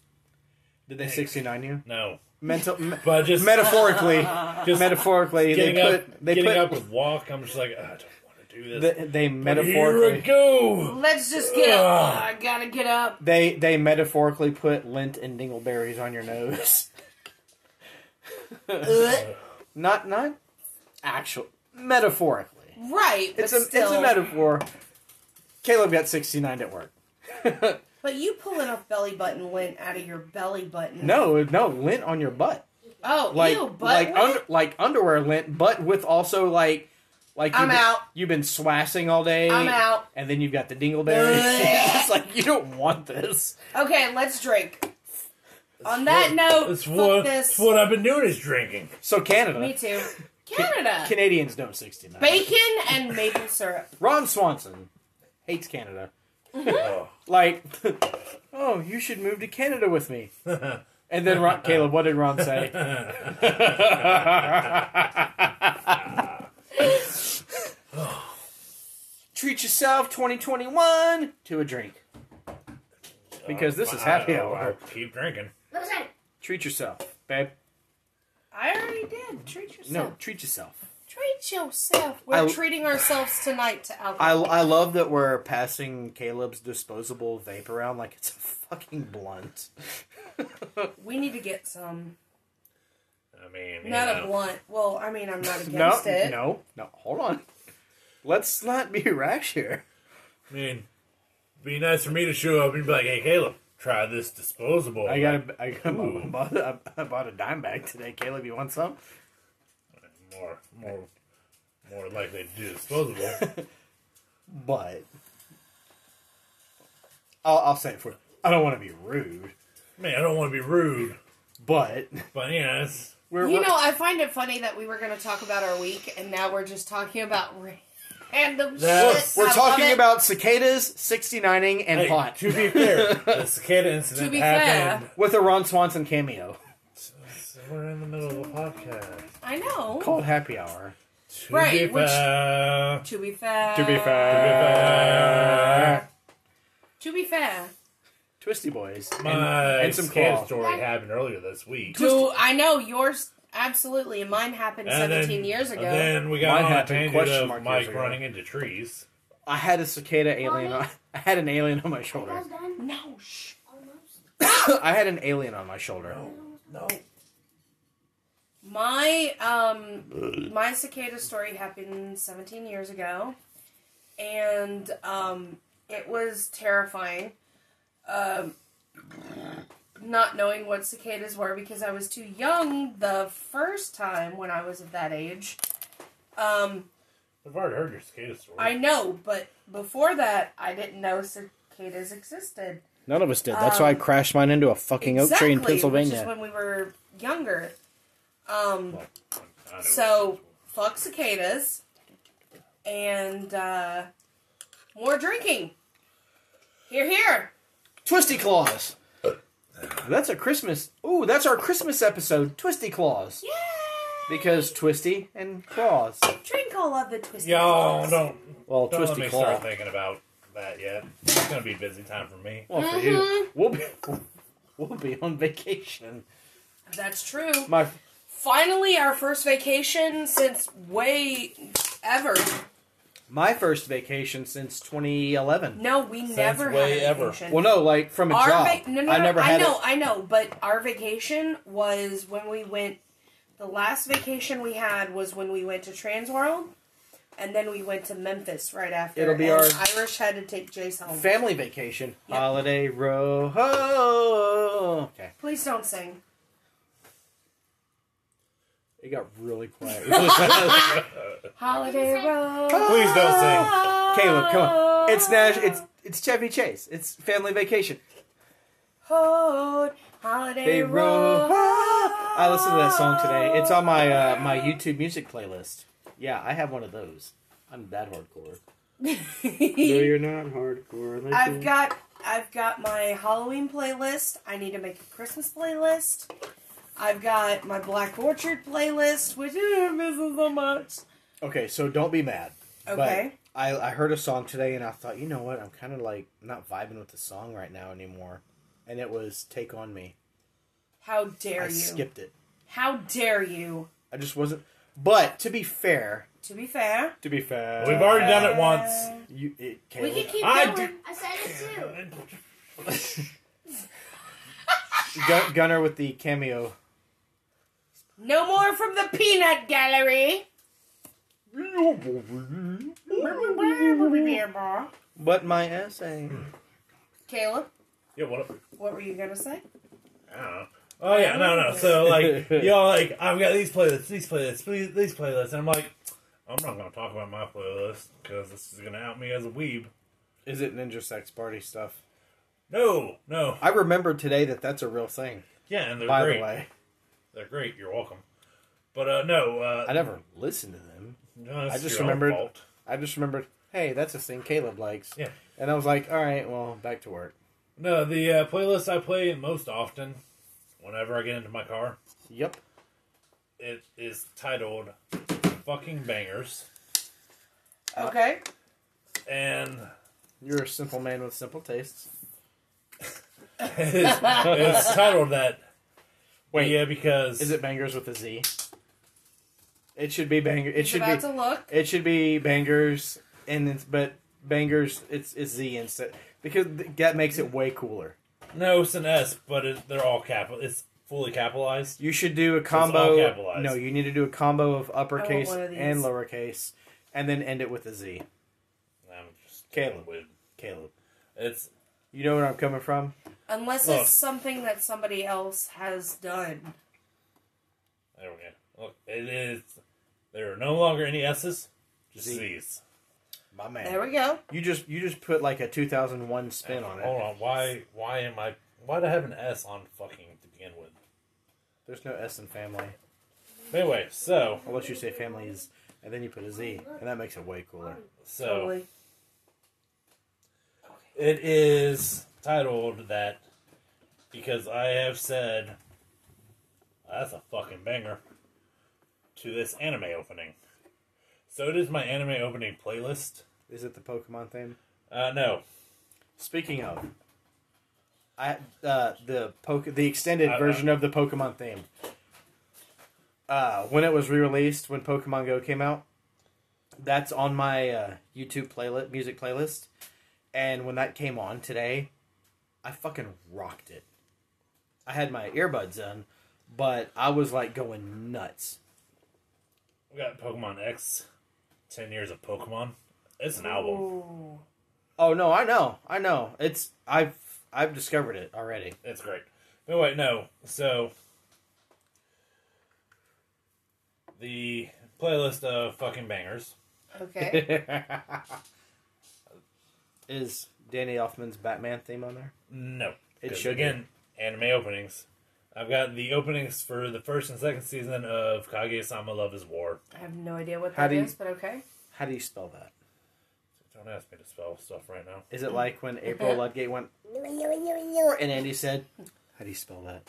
[SPEAKER 1] Did they sixty nine you?
[SPEAKER 3] no.
[SPEAKER 1] Mental, me-
[SPEAKER 3] But just
[SPEAKER 1] metaphorically,
[SPEAKER 3] just
[SPEAKER 1] metaphorically, they
[SPEAKER 3] getting
[SPEAKER 1] put
[SPEAKER 3] up,
[SPEAKER 1] they
[SPEAKER 3] getting
[SPEAKER 1] put
[SPEAKER 3] up and walk. I'm just like I don't want to do this.
[SPEAKER 1] they, they
[SPEAKER 3] Here we
[SPEAKER 1] metaphorically
[SPEAKER 3] go.
[SPEAKER 2] Let's just get up. I gotta get up.
[SPEAKER 1] they they metaphorically put lint and dingleberries on your nose.
[SPEAKER 2] Ugh.
[SPEAKER 1] not not actual metaphorically.
[SPEAKER 2] right, but
[SPEAKER 1] It's a
[SPEAKER 2] still.
[SPEAKER 1] it's a metaphor. Caleb got sixty nine at work.
[SPEAKER 2] But you pulling a belly button lint out of your belly button.
[SPEAKER 1] No, no lint on your butt,
[SPEAKER 2] Oh,
[SPEAKER 1] like
[SPEAKER 2] ew, butt
[SPEAKER 1] like
[SPEAKER 2] lint?
[SPEAKER 1] under, like underwear lint, but with also like like
[SPEAKER 2] I'm
[SPEAKER 1] you've been-
[SPEAKER 2] out.
[SPEAKER 1] You've been swassing all day.
[SPEAKER 2] I'm out.
[SPEAKER 1] And then you've got the dingleberries. it's like you don't want this.
[SPEAKER 2] Okay, let's drink. On that note,
[SPEAKER 3] That's
[SPEAKER 2] fuck
[SPEAKER 3] what,
[SPEAKER 2] this.
[SPEAKER 3] that's what I've been doing is drinking.
[SPEAKER 1] So Canada,
[SPEAKER 2] Me too. Canada.
[SPEAKER 1] Canadians don't sixty nine.
[SPEAKER 2] Bacon and maple syrup.
[SPEAKER 1] Ron Swanson hates Canada.
[SPEAKER 3] Oh.
[SPEAKER 1] Like, oh, you should move to Canada with me. And then Ron, Caleb, what did Ron say? Treat yourself 2021 to a drink. Because this is happy
[SPEAKER 3] I'll- I'll
[SPEAKER 1] hour.
[SPEAKER 3] Keep drinking.
[SPEAKER 1] Treat yourself, babe.
[SPEAKER 2] I already did. Treat yourself.
[SPEAKER 1] No, treat yourself.
[SPEAKER 2] Treat yourself. We're
[SPEAKER 1] I-
[SPEAKER 2] treating ourselves tonight to
[SPEAKER 1] I,
[SPEAKER 2] alcohol.
[SPEAKER 1] I love that we're passing Caleb's disposable vape around like it's a fucking blunt.
[SPEAKER 2] we need to get some.
[SPEAKER 3] I mean, you
[SPEAKER 2] Not
[SPEAKER 3] know.
[SPEAKER 2] a blunt. Well, I mean, I'm not
[SPEAKER 1] No,
[SPEAKER 2] against it.
[SPEAKER 1] no, no. Hold on. Let's not be rash here.
[SPEAKER 3] I mean, it'd be nice for me to show up and be like, "Hey, Caleb, try this disposable."
[SPEAKER 1] I got a, I got I bought, a, I bought a dime bag today, Caleb. You want some?
[SPEAKER 3] more, more, more likely to do disposable.
[SPEAKER 1] But I'll, I'll say it for you. I don't want to be rude,
[SPEAKER 3] Man, I don't want to be rude,
[SPEAKER 1] but
[SPEAKER 3] but you know, it's,
[SPEAKER 1] we're,
[SPEAKER 2] You
[SPEAKER 1] we're-
[SPEAKER 2] know, I find it funny that we were going to talk about our week, and now we're just talking about ra- random
[SPEAKER 3] That-
[SPEAKER 2] shit. I
[SPEAKER 1] we're
[SPEAKER 2] love
[SPEAKER 1] talking
[SPEAKER 2] it.
[SPEAKER 1] about cicadas, 69ing, and
[SPEAKER 3] hey,
[SPEAKER 1] pot
[SPEAKER 3] to be fair, the cicada
[SPEAKER 2] To
[SPEAKER 3] incident
[SPEAKER 2] be
[SPEAKER 3] happened
[SPEAKER 1] with a Ron Swanson cameo
[SPEAKER 3] somewhere in the middle of a podcast.
[SPEAKER 2] I know.
[SPEAKER 1] called Happy Hour.
[SPEAKER 3] To
[SPEAKER 2] Right,
[SPEAKER 3] be
[SPEAKER 2] which-
[SPEAKER 3] fair,
[SPEAKER 2] To be fair.
[SPEAKER 1] fair,
[SPEAKER 2] To be fair.
[SPEAKER 1] Twisty Boys and-
[SPEAKER 3] my
[SPEAKER 1] and, some
[SPEAKER 3] cicada
[SPEAKER 1] claw.
[SPEAKER 3] story happened earlier this week,
[SPEAKER 2] To, I know yours absolutely, and mine happened
[SPEAKER 3] And
[SPEAKER 2] 17
[SPEAKER 3] then-
[SPEAKER 2] years ago.
[SPEAKER 3] And then we got
[SPEAKER 1] Mine
[SPEAKER 3] on a
[SPEAKER 1] happened,
[SPEAKER 3] tangent
[SPEAKER 1] question
[SPEAKER 3] of
[SPEAKER 1] mark,
[SPEAKER 3] Mike
[SPEAKER 1] years ago.
[SPEAKER 3] running into trees.
[SPEAKER 1] I had a cicada alien. On, I had an alien on my shoulder.
[SPEAKER 2] no, shh.
[SPEAKER 1] I had an alien on my shoulder.
[SPEAKER 3] No,
[SPEAKER 2] My um my cicada story happened 17 years ago, and um it was terrifying. Um, not knowing what cicadas were because I was too young the first time when I was of that age. Um,
[SPEAKER 3] I've already heard your cicada story.
[SPEAKER 2] I know, but before that, I didn't know cicadas existed.
[SPEAKER 1] None of us did. That's why I crashed mine into a fucking oak tree in
[SPEAKER 2] Um, Which is
[SPEAKER 1] Pennsylvania.
[SPEAKER 2] when we were younger. Um,
[SPEAKER 3] I know.
[SPEAKER 2] so fuck cicadas and uh, more drinking. Here, here.
[SPEAKER 1] Twisty Claws. That's a Christmas. Ooh, that's our Christmas episode, Twisty Claws.
[SPEAKER 2] Yeah.
[SPEAKER 1] Because Twisty and Claws.
[SPEAKER 2] Drink all of the twisted.
[SPEAKER 3] y'all
[SPEAKER 2] Claws.
[SPEAKER 3] don't
[SPEAKER 1] Well,
[SPEAKER 3] don't let
[SPEAKER 1] Twisty
[SPEAKER 3] me
[SPEAKER 1] Claw.
[SPEAKER 3] start thinking about that yet. It's gonna be a busy time for me.
[SPEAKER 1] Well, for you,
[SPEAKER 2] Mm-hmm.
[SPEAKER 1] we'll be we'll be on vacation.
[SPEAKER 2] That's true.
[SPEAKER 1] My
[SPEAKER 2] Finally, our first vacation since way ever.
[SPEAKER 1] my first vacation since 2011.
[SPEAKER 2] No, we never
[SPEAKER 3] way
[SPEAKER 2] had a
[SPEAKER 3] ever.
[SPEAKER 2] vacation.
[SPEAKER 1] Well, no, like from a
[SPEAKER 2] our
[SPEAKER 1] job.
[SPEAKER 2] va- no, no,
[SPEAKER 1] I
[SPEAKER 2] no,
[SPEAKER 1] never
[SPEAKER 2] I
[SPEAKER 1] had
[SPEAKER 2] know,
[SPEAKER 1] it.
[SPEAKER 2] I know, but our vacation was when we went. The last vacation we had was when we went to Transworld, and then we went to Memphis right after.
[SPEAKER 1] It'll be
[SPEAKER 2] and
[SPEAKER 1] our-
[SPEAKER 2] Irish had to take Jace home.
[SPEAKER 1] Family vacation, holiday row ho. Okay,
[SPEAKER 2] Please don't sing.
[SPEAKER 1] it got really quiet. really fast.
[SPEAKER 2] Holiday Road.
[SPEAKER 3] Please don't sing.
[SPEAKER 1] Caleb, come
[SPEAKER 2] Oh.
[SPEAKER 1] on. It's Nash. It's it's Chevy Chase. It's Family Vacation.
[SPEAKER 2] Holiday
[SPEAKER 1] They roll
[SPEAKER 2] Road.
[SPEAKER 1] I listened to that song today. It's on my uh, my YouTube music playlist. Yeah, I have one of those. I'm that hardcore.
[SPEAKER 6] No, you're not hardcore. Like
[SPEAKER 2] I've got I've got my Halloween playlist. I need to make a Christmas playlist. I've got my Black Orchard playlist, which eh, I miss it so much.
[SPEAKER 1] Okay, so don't be mad.
[SPEAKER 2] Okay.
[SPEAKER 1] But I, I heard a song today and I thought, you know what? I'm kind of like not vibing with the song right now anymore. And it was Take On Me.
[SPEAKER 2] How dare
[SPEAKER 1] I
[SPEAKER 2] you?
[SPEAKER 1] skipped it.
[SPEAKER 2] How dare you?
[SPEAKER 1] I just wasn't. But to be fair,
[SPEAKER 2] To be fair,
[SPEAKER 1] to be fair,
[SPEAKER 3] We've already done it once.
[SPEAKER 1] You, it,
[SPEAKER 7] We
[SPEAKER 1] Caleb,
[SPEAKER 7] can keep
[SPEAKER 3] I
[SPEAKER 7] going.
[SPEAKER 3] do-
[SPEAKER 7] I said it
[SPEAKER 1] Gun- Gunner with the cameo.
[SPEAKER 2] no more from the peanut gallery.
[SPEAKER 1] But my essay.
[SPEAKER 2] Caleb,
[SPEAKER 3] Yeah, what?
[SPEAKER 2] what were you gonna say?
[SPEAKER 3] I don't know. Oh yeah, no, no. So like, y'all like, I've got these playlists, these playlists, please- these playlists, and I'm like, I'm not gonna talk about my playlist because this is gonna out me as a weeb.
[SPEAKER 1] Is it Ninja Sex Party stuff?
[SPEAKER 3] No, no.
[SPEAKER 1] I remembered today that that's a real thing.
[SPEAKER 3] Yeah, and they're
[SPEAKER 1] By
[SPEAKER 3] great.
[SPEAKER 1] the way,
[SPEAKER 3] They're great. You're welcome. But uh, no, uh,
[SPEAKER 1] I never listened to them.
[SPEAKER 3] no, it's
[SPEAKER 1] I just
[SPEAKER 3] your own
[SPEAKER 1] remembered.
[SPEAKER 3] fault.
[SPEAKER 1] I just remembered. Hey, that's a thing Caleb likes.
[SPEAKER 3] Yeah.
[SPEAKER 1] And I was like, all right, well, back to work.
[SPEAKER 3] No, the uh, playlist I play most often, whenever I get into my car,
[SPEAKER 1] Yep.
[SPEAKER 3] it is titled "Fucking Bangers," Uh,
[SPEAKER 2] Okay.
[SPEAKER 3] and
[SPEAKER 1] You're a simple man with simple tastes.
[SPEAKER 3] it's, it's titled that.
[SPEAKER 1] Wait.
[SPEAKER 3] yeah, because
[SPEAKER 1] Is it bangers with a Z? It should be banger. It
[SPEAKER 2] He's
[SPEAKER 1] should
[SPEAKER 2] about
[SPEAKER 1] be.
[SPEAKER 2] to look.
[SPEAKER 1] It should be bangers, and it's but bangers. It's it's Z instead because th- that makes it way cooler.
[SPEAKER 3] No, it's an S, but it, they're all capital. It's fully capitalized.
[SPEAKER 1] You should do a
[SPEAKER 3] all
[SPEAKER 1] combo.
[SPEAKER 3] capitalized.
[SPEAKER 1] no, you need to do a combo of uppercase
[SPEAKER 2] one of these.
[SPEAKER 1] and lowercase, and then end it with a Z.
[SPEAKER 3] I'm just
[SPEAKER 1] Caleb.
[SPEAKER 3] with-
[SPEAKER 1] Caleb,
[SPEAKER 3] It's
[SPEAKER 1] you know where I'm coming from.
[SPEAKER 2] Unless
[SPEAKER 3] Look.
[SPEAKER 2] it's something that somebody else has done.
[SPEAKER 3] there we go. Look, it is. There are no longer any S's, just
[SPEAKER 1] Z.
[SPEAKER 3] Z's.
[SPEAKER 1] My man.
[SPEAKER 2] There we go.
[SPEAKER 1] You just you just put like a 2001 spin on
[SPEAKER 3] Hold
[SPEAKER 1] it.
[SPEAKER 3] on, why? Why am I? Why do I have an S on fucking to begin with?
[SPEAKER 1] There's no S in family
[SPEAKER 3] Anyway, so
[SPEAKER 1] unless you say families, and then you put a Z, and that makes it way cooler.
[SPEAKER 3] so
[SPEAKER 2] Totally.
[SPEAKER 3] it is titled that because I have said that's a fucking banger to this anime opening. So it is my anime opening playlist.
[SPEAKER 1] Is it the Pokemon theme?
[SPEAKER 3] Uh, no,
[SPEAKER 1] Speaking of, I uh, the poke the extended
[SPEAKER 3] Uh,
[SPEAKER 1] version of the Pokemon theme. Uh, when it was re-released, when Pokemon Go came out, that's on my uh, YouTube playlist, music playlist, and when that came on today, I fucking rocked it. I had my earbuds in, but I was like going nuts.
[SPEAKER 3] We got Pokemon X, 10 years of Pokemon. It's an album.
[SPEAKER 2] Ooh.
[SPEAKER 1] Oh no, I know, I know. It's I've I've discovered it already.
[SPEAKER 3] It's great. No, wait, no. So, the playlist of fucking bangers.
[SPEAKER 2] Okay.
[SPEAKER 1] Is Danny Elfman's Batman theme on there?
[SPEAKER 3] No.
[SPEAKER 1] It
[SPEAKER 3] 'Cause,
[SPEAKER 1] should
[SPEAKER 3] Again, anime openings. I've got the openings for the first and second season of Kage Sama Love is War.
[SPEAKER 2] I have no idea what
[SPEAKER 1] How
[SPEAKER 2] that
[SPEAKER 1] do you-
[SPEAKER 2] is, but okay.
[SPEAKER 1] How do you spell that?
[SPEAKER 3] Don't ask me to spell stuff right now.
[SPEAKER 2] Mm.
[SPEAKER 1] Is it like when April Ludgate went and Andy said, "How do you spell that?"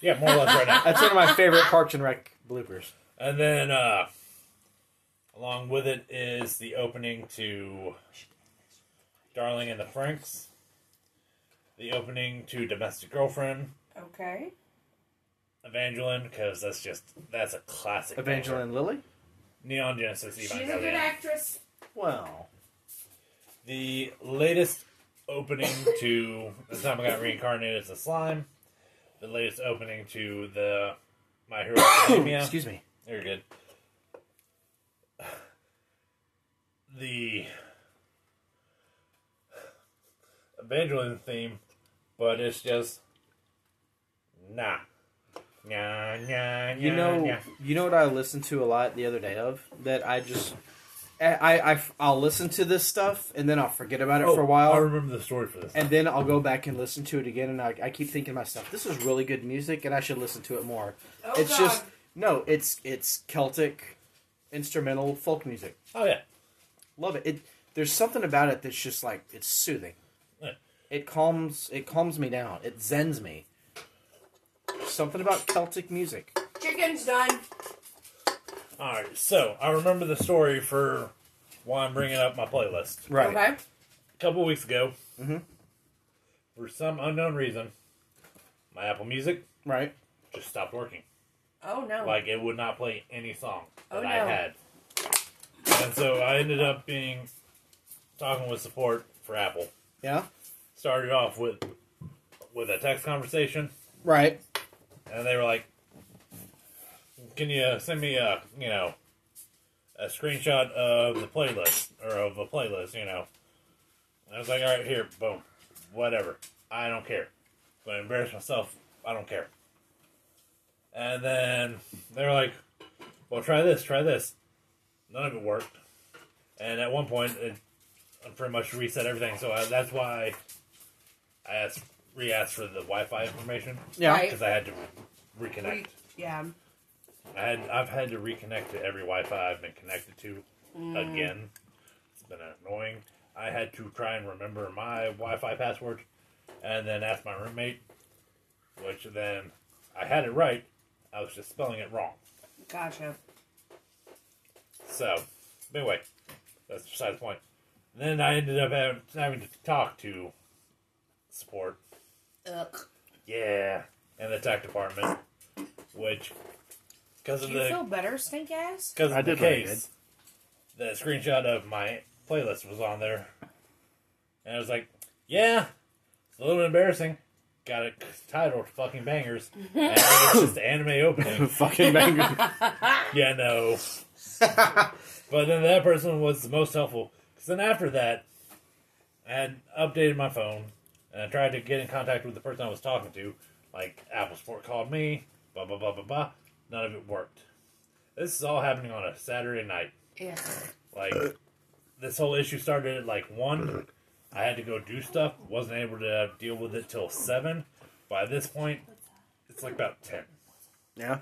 [SPEAKER 3] Yeah, more or less right now.
[SPEAKER 1] That's one of my favorite Parks and Rec bloopers.
[SPEAKER 3] And then, uh, along with it is the opening to Darling in the Franks, the opening to Domestic Girlfriend,
[SPEAKER 2] Okay.
[SPEAKER 3] Evangeline, because that's just, that's a classic.
[SPEAKER 1] Evangeline Lilly.
[SPEAKER 3] Neon Genesis
[SPEAKER 2] She's a good
[SPEAKER 3] Evangelion.
[SPEAKER 2] actress.
[SPEAKER 1] Well,
[SPEAKER 3] The latest opening to The Time I Got Reincarnated as a Slime, the latest opening to the My Hero Academia.
[SPEAKER 1] excuse me.
[SPEAKER 3] You're good. The Evangeline theme, but it's just nah. Nah, nah, nah,
[SPEAKER 1] You know,
[SPEAKER 3] nah.
[SPEAKER 1] you know what I listened to a lot the other day of that I just I, I I'll listen to this stuff and then I'll forget about it
[SPEAKER 3] Oh,
[SPEAKER 1] for a while.
[SPEAKER 3] I remember the story for this.
[SPEAKER 1] and then I'll go back and listen to it again, and I, I keep thinking to myself, this is really good music, and I should listen to it more.
[SPEAKER 2] Oh,
[SPEAKER 1] it's
[SPEAKER 2] God.
[SPEAKER 1] just no, it's it's Celtic instrumental folk music.
[SPEAKER 3] oh yeah,
[SPEAKER 1] Love it. It there's something about it that's just like it's soothing.
[SPEAKER 3] Yeah.
[SPEAKER 1] It calms it calms me down. It zens me. Something about Celtic music.
[SPEAKER 2] Chicken's done.
[SPEAKER 3] all right. So I remember the story for why I'm bringing up my playlist.
[SPEAKER 1] Right. Mm-hmm.
[SPEAKER 2] Okay.
[SPEAKER 3] A couple weeks ago, for some unknown reason, my Apple Music
[SPEAKER 1] Right.
[SPEAKER 3] just stopped working.
[SPEAKER 2] Oh no.
[SPEAKER 3] Like it would not play any song
[SPEAKER 2] Oh,
[SPEAKER 3] that I
[SPEAKER 2] no.
[SPEAKER 3] had. And so I ended up being talking with support for Apple.
[SPEAKER 1] Yeah.
[SPEAKER 3] Started off with with a text conversation,
[SPEAKER 1] Right.
[SPEAKER 3] and they were like, "Can you send me a you know a screenshot of the playlist or of a playlist?" You know, and I was like, "All right, here, boom, whatever. I don't care. I'm gonna embarrass myself. I don't care." And then they were like, "Well, try this, try this." None of it worked, and at one point, it, I pretty much reset everything. So I, that's why I asked, re-asked for the Wi-Fi information
[SPEAKER 1] Yeah.
[SPEAKER 2] Right.
[SPEAKER 3] because I had to reconnect.
[SPEAKER 2] yeah.
[SPEAKER 3] I had I've had to reconnect to every Wi-Fi I've been connected to again. It's been annoying. I had to try and remember my Wi-Fi password, and then ask my roommate, which then I had it right. I was just spelling it wrong.
[SPEAKER 2] Gotcha.
[SPEAKER 3] So anyway, that's beside the point. Then I ended up having, having to talk to support
[SPEAKER 2] Ugh.
[SPEAKER 3] Yeah. And the tech department, which, because of
[SPEAKER 2] Do you feel
[SPEAKER 3] the
[SPEAKER 2] better, stink ass?
[SPEAKER 3] because
[SPEAKER 8] I
[SPEAKER 3] of the
[SPEAKER 8] did really
[SPEAKER 3] case, the screenshot of my playlist was on there, and I was like, "Yeah, it's a little embarrassing." Got it titled "Fucking Bangers," and it's just the anime opening.
[SPEAKER 8] Fucking banger.
[SPEAKER 3] yeah, no. but then that person was the most helpful because then after that, I had updated my phone and I tried to get in contact with the person I was talking to. Like Apple Sport called me, blah blah blah blah blah. None of it worked. This is all happening on a Saturday night.
[SPEAKER 2] Yeah.
[SPEAKER 3] Like this whole issue started at like one. I had to go do stuff. wasn't able to deal with it till seven. By this point, it's like about ten
[SPEAKER 1] Yeah.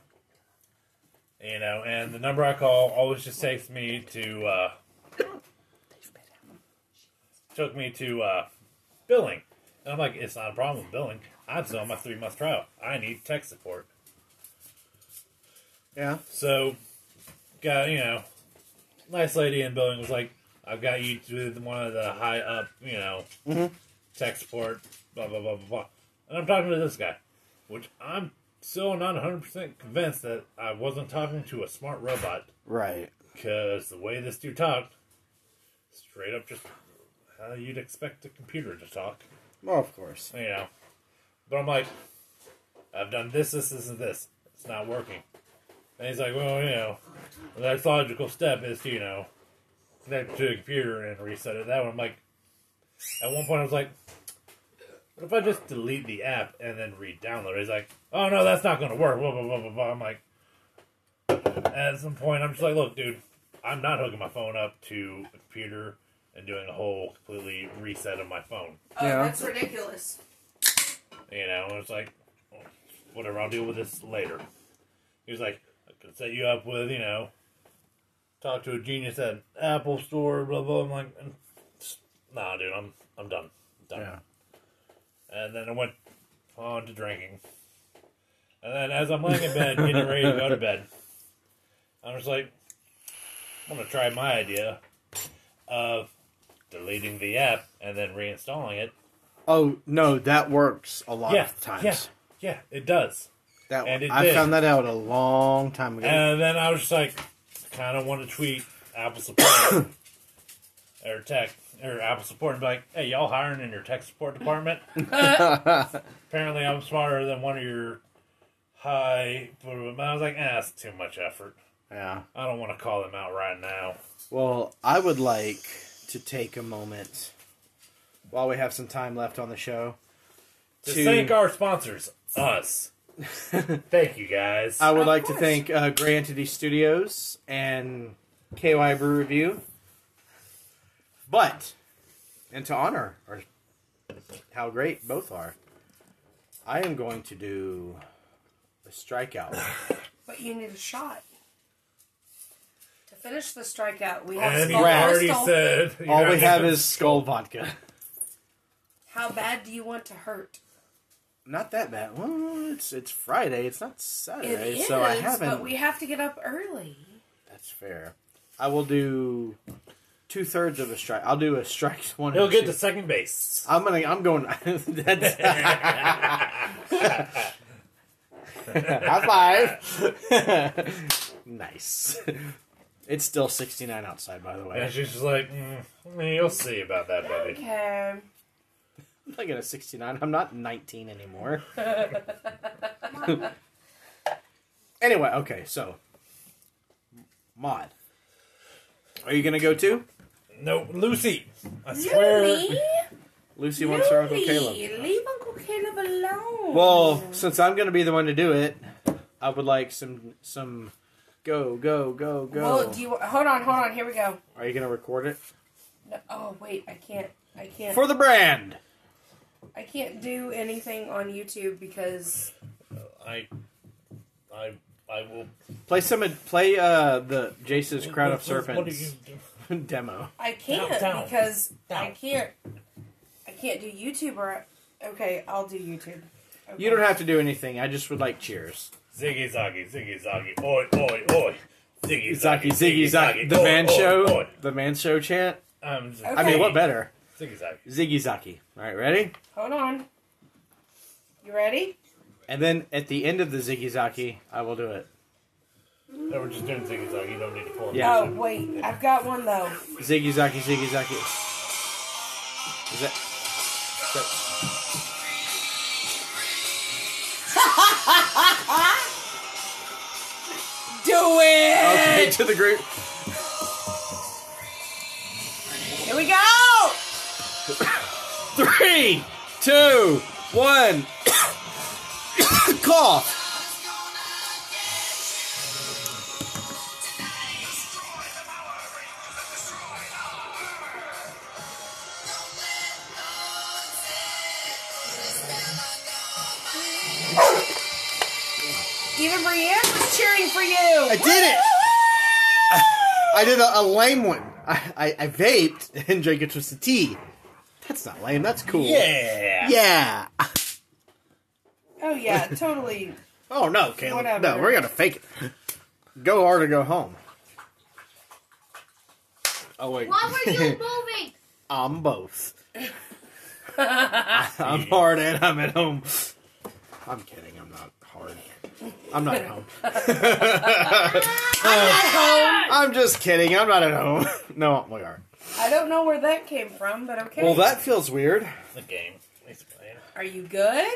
[SPEAKER 3] you know and the number i call always just takes me to uh took me to uh billing and i'm like it's not a problem with billing i'm still on my three month trial i need tech support
[SPEAKER 1] Yeah.
[SPEAKER 3] so got you know nice lady in billing was like i've got you to the- one of the high up you know tech support blah blah blah blah blah and i'm talking to this guy which i'm still not 100% convinced that i wasn't talking to a smart robot
[SPEAKER 1] Right.
[SPEAKER 3] Because the way this dude talked, straight up just how you'd expect a computer to talk,
[SPEAKER 1] Well, of course.
[SPEAKER 3] you know. But I'm like, I've done this, this, this, and this. It's not working. And he's like, well, you know, the next logical step is to, you know, connect to a computer and reset it that way. I'm like, at one point I was like, what if I just delete the app and then re-download it? He's like, oh no, that's not going to work. Blah, blah, blah, blah, blah. I'm like, at some point, I'm just like, look, dude, I'm not hooking my phone up to a computer and doing a whole completely reset of my phone.
[SPEAKER 2] Oh,
[SPEAKER 1] Yeah.
[SPEAKER 2] that's ridiculous.
[SPEAKER 3] You know, and it's like, whatever, I'll deal with this later. He was like, I can set you up with, you know, talk to a genius at an Apple store, blah, blah. I'm like, "Mm, nah, dude, I'm, I'm done. done.
[SPEAKER 1] Yeah.
[SPEAKER 3] And then I went on to drinking. And then as I'm laying in bed, getting ready to go to bed, I'm just like, I'm going to try my idea of deleting the app and then reinstalling it.
[SPEAKER 1] Oh no, that works a lot
[SPEAKER 3] yeah,
[SPEAKER 1] of times.
[SPEAKER 3] yeah, yeah, it does.
[SPEAKER 1] That
[SPEAKER 3] And it
[SPEAKER 1] I
[SPEAKER 3] did.
[SPEAKER 1] found that out a long time ago.
[SPEAKER 3] And then I was just like, kind of want to tweet Apple support or tech or Apple support and be like, hey, y'all hiring in your tech support department? Apparently, I'm smarter than one of your high. But I was like, eh, that's too much effort.
[SPEAKER 1] yeah.
[SPEAKER 3] I don't want to call them out right now.
[SPEAKER 1] Well, I would like to take a moment while we have some time left on the show.
[SPEAKER 3] To
[SPEAKER 1] To-
[SPEAKER 3] thank our sponsors, us. thank you guys.
[SPEAKER 1] I would
[SPEAKER 2] Of
[SPEAKER 1] like
[SPEAKER 2] course.
[SPEAKER 1] to thank uh, Gray Entity Studios and KY Brew Review But and to honor our, how great both are, I am going to do a strikeout.
[SPEAKER 2] But you need a shot. To finish the strikeout, we have
[SPEAKER 3] And you
[SPEAKER 2] Skull
[SPEAKER 3] already
[SPEAKER 2] Crystal.
[SPEAKER 3] said. you
[SPEAKER 1] All
[SPEAKER 3] know,
[SPEAKER 1] we have is skull vodka.
[SPEAKER 2] How bad do you want to hurt?
[SPEAKER 1] Not that bad. Well, it's it's Friday. It's not
[SPEAKER 2] It
[SPEAKER 1] Saturday,
[SPEAKER 2] is,
[SPEAKER 1] so I haven't.
[SPEAKER 2] but we have to get up early.
[SPEAKER 1] That's fair. I will do two thirds of a strike. I'll do a strike one.
[SPEAKER 3] He'll
[SPEAKER 1] and
[SPEAKER 3] get
[SPEAKER 1] two.
[SPEAKER 3] to second base.
[SPEAKER 1] I'm gonna. I'm going. that's, high five. nice. It's still 69 outside, by the
[SPEAKER 3] And
[SPEAKER 1] way.
[SPEAKER 3] she's just like, mm, you'll see about that, buddy.
[SPEAKER 2] Okay.
[SPEAKER 1] I'm not gonna 69. I'm not 19 anymore. anyway, okay. So, mod. Are you gonna go too?
[SPEAKER 3] No, Lucy. I swear.
[SPEAKER 2] Louie,
[SPEAKER 1] Lucy wants her uncle Caleb.
[SPEAKER 2] Louie, Leave Uncle Caleb alone.
[SPEAKER 1] Well, since I'm gonna be the one to do it, I would like some some go go go go.
[SPEAKER 2] Well, do you hold on? Hold on. Here we go.
[SPEAKER 1] Are you gonna record it
[SPEAKER 2] No, oh wait, I can't. I can't.
[SPEAKER 1] for the brand?
[SPEAKER 2] I can't do anything on YouTube because
[SPEAKER 3] I, I, I will.
[SPEAKER 1] Play some play uh the Jace's Crowd of
[SPEAKER 3] What- what- What do
[SPEAKER 1] Serpents
[SPEAKER 3] you do?
[SPEAKER 1] demo.
[SPEAKER 2] I can't
[SPEAKER 3] down,
[SPEAKER 2] because I
[SPEAKER 3] down.
[SPEAKER 2] can't. I can't do YouTube or. Okay, I'll do YouTube. Okay.
[SPEAKER 1] You don't have to do anything. I just would like cheers.
[SPEAKER 3] Ziggy zaggy, ziggy zaggy, oi oi oi. Ziggy
[SPEAKER 1] Zaki
[SPEAKER 3] zaggy,
[SPEAKER 1] Ziggy Zaki, the
[SPEAKER 3] oi,
[SPEAKER 1] man
[SPEAKER 3] oi,
[SPEAKER 1] show,
[SPEAKER 3] oi.
[SPEAKER 1] the man show chant.
[SPEAKER 3] Um, z-
[SPEAKER 1] I mean,
[SPEAKER 2] Okay.
[SPEAKER 1] what better?
[SPEAKER 3] Ziggy zaggy.
[SPEAKER 1] Ziggy Zaki. All right, ready?
[SPEAKER 2] Hold on. You ready?
[SPEAKER 1] And then at the end of the Ziggy Zaki, I will do it.
[SPEAKER 3] No, we're just doing ziggy zaggy. You don't need to pull.
[SPEAKER 1] Yeah.
[SPEAKER 2] Oh wait, I've got one though.
[SPEAKER 1] Ziggy Zaki, Ziggy Zaki. Is that? Is that
[SPEAKER 2] Do it.
[SPEAKER 1] Okay, to the group.
[SPEAKER 2] Here we go.
[SPEAKER 1] Three, two, one. Call.
[SPEAKER 2] Even Brienne was cheering for you.
[SPEAKER 1] I did it. I did a, a lame one. I, I, I vaped and drank a twisted tea. That's not lame. That's cool.
[SPEAKER 3] Yeah.
[SPEAKER 1] Yeah.
[SPEAKER 2] Oh yeah, totally.
[SPEAKER 1] Oh no, Caleb.
[SPEAKER 2] Whatever.
[SPEAKER 1] No, we're gonna fake it. Go hard or go home. Oh wait.
[SPEAKER 7] Why were you moving?
[SPEAKER 1] I'm both. I'm hard and I'm at home. I'm kidding. I'm not hard. I'm not at home. I'm just kidding. I'm not at home. No, we are.
[SPEAKER 2] I don't know where that came from, but okay.
[SPEAKER 1] Well, that feels weird.
[SPEAKER 3] The game. He's playing.
[SPEAKER 2] Are you good?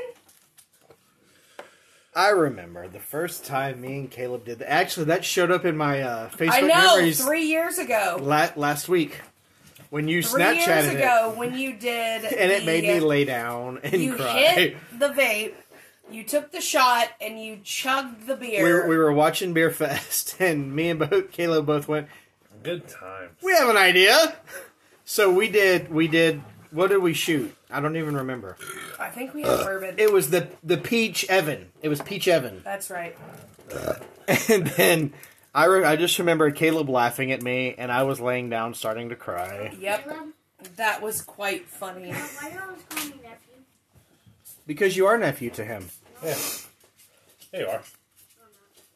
[SPEAKER 1] I remember the first time me and Caleb did that. Actually, that showed up in my uh, Facebook
[SPEAKER 2] I know.
[SPEAKER 1] memories
[SPEAKER 2] Three years ago.
[SPEAKER 1] la- last week when you
[SPEAKER 2] Three years
[SPEAKER 1] Snapchatted
[SPEAKER 2] ago, when you did,
[SPEAKER 1] it, and it
[SPEAKER 2] the- uh,
[SPEAKER 1] made me lay down and
[SPEAKER 2] You
[SPEAKER 1] cry.
[SPEAKER 2] hit the vape. You took the shot and you chugged the beer.
[SPEAKER 1] we were, we were watching Beer Fest, and me and both Caleb both went.
[SPEAKER 3] Good times.
[SPEAKER 1] We have an idea. So we did. We did. What did we shoot? I don't even remember.
[SPEAKER 2] I think we had bourbon.
[SPEAKER 1] It was the the peach Evan. It was peach Evan.
[SPEAKER 2] That's right.
[SPEAKER 1] And then I re- I just remember Caleb laughing at me, and I was laying down, starting to cry
[SPEAKER 2] Yep,
[SPEAKER 7] Caleb,
[SPEAKER 2] that was quite funny.
[SPEAKER 7] why do you always call me nephew?
[SPEAKER 1] because you are nephew to him.
[SPEAKER 3] Yeah. There you are.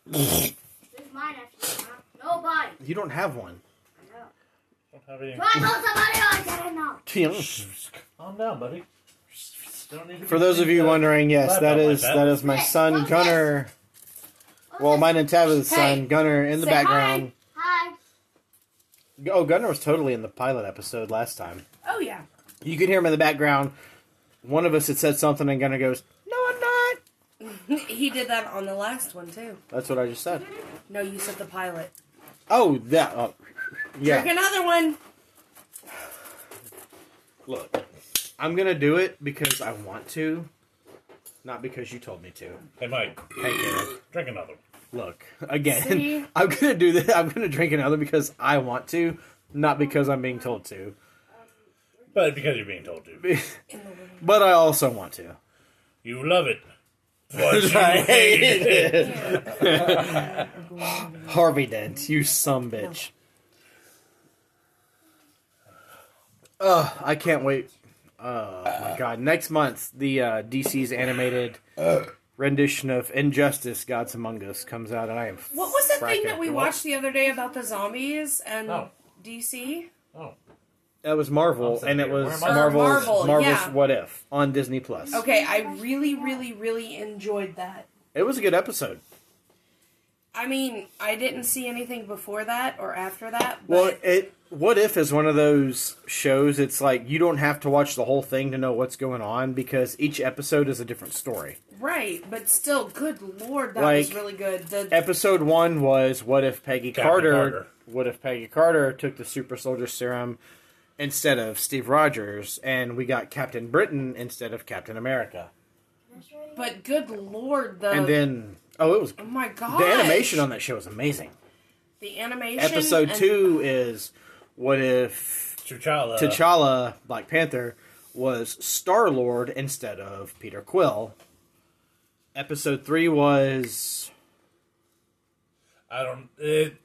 [SPEAKER 7] Who's my nephew? Huh? Nobody.
[SPEAKER 1] You don't have one.
[SPEAKER 7] I know.
[SPEAKER 3] Don't have any.
[SPEAKER 7] Do I know somebody oh, I didn't know?
[SPEAKER 3] Calm down, buddy. Don't need to
[SPEAKER 1] For those of you wondering, yes, that is that is my son
[SPEAKER 7] What's
[SPEAKER 1] Gunner. Well, mine and Tabitha's son Gunner in the
[SPEAKER 2] say hi.
[SPEAKER 1] background.
[SPEAKER 7] Hi.
[SPEAKER 1] Oh, Gunner was totally in the pilot episode last time.
[SPEAKER 2] Oh yeah,
[SPEAKER 1] You could hear him in the background. One of us had said something, and Gunner goes, "No, I'm not."
[SPEAKER 2] he did that on the last one too.
[SPEAKER 1] That's what I just said.
[SPEAKER 2] No, you said the pilot.
[SPEAKER 1] Oh, that. Oh,
[SPEAKER 2] Drink
[SPEAKER 1] yeah.
[SPEAKER 2] another one.
[SPEAKER 1] Look, I'm gonna do it because I want to, not because you told me to.
[SPEAKER 3] Hey, Mike.
[SPEAKER 1] Hey, Caleb.
[SPEAKER 3] Drink another. one.
[SPEAKER 1] Look again. I'm gonna do this. I'm gonna drink another because I want to, not because I'm being told to.
[SPEAKER 3] But because you're being told to.
[SPEAKER 1] But I also want to.
[SPEAKER 3] You love it. But you
[SPEAKER 1] I
[SPEAKER 3] hate
[SPEAKER 1] hate
[SPEAKER 3] it.
[SPEAKER 1] Harvey Dent, you some bitch. Ugh, I can't wait. Oh my god! Next month, the uh, DC's animated rendition of Injustice: Gods Among Us comes out, and I am
[SPEAKER 2] What was that thing
[SPEAKER 1] fracking-
[SPEAKER 2] that we
[SPEAKER 1] what?
[SPEAKER 2] watched the other day about the zombies and
[SPEAKER 3] Oh.
[SPEAKER 2] DC?
[SPEAKER 3] Oh.
[SPEAKER 1] That was Marvel,
[SPEAKER 3] I'm
[SPEAKER 1] and it was
[SPEAKER 3] thinking, where am I?
[SPEAKER 1] Marvel's
[SPEAKER 2] Marvel,
[SPEAKER 1] Marvel's
[SPEAKER 2] yeah. Oh.
[SPEAKER 1] What If on Disney Plus.
[SPEAKER 2] Okay, I really, really, really enjoyed that.
[SPEAKER 1] It was a good episode.
[SPEAKER 2] I mean, I didn't see anything before that or after that. But
[SPEAKER 1] Well, it What If is one of those shows. It's like you don't have to watch the whole thing to know what's going on because each episode is a different story.
[SPEAKER 2] right, but still, good lord, that was
[SPEAKER 1] Like,
[SPEAKER 2] really good. The
[SPEAKER 1] Episode one was what if Peggy
[SPEAKER 3] Captain
[SPEAKER 1] Carter,
[SPEAKER 3] Carter.
[SPEAKER 1] What if Peggy Carter took the super soldier serum instead of Steve Rogers, and we got Captain Britain instead of Captain America.
[SPEAKER 2] but good lord, the
[SPEAKER 1] And then oh, it was
[SPEAKER 2] oh my god,
[SPEAKER 1] the animation on that show was amazing.
[SPEAKER 2] the animation
[SPEAKER 1] Episode
[SPEAKER 2] and-
[SPEAKER 1] two is what if
[SPEAKER 3] T'Challa.
[SPEAKER 1] T'Challa, Black Panther, was Star Lord instead of Peter Quill. Episode three was
[SPEAKER 3] I don't. It,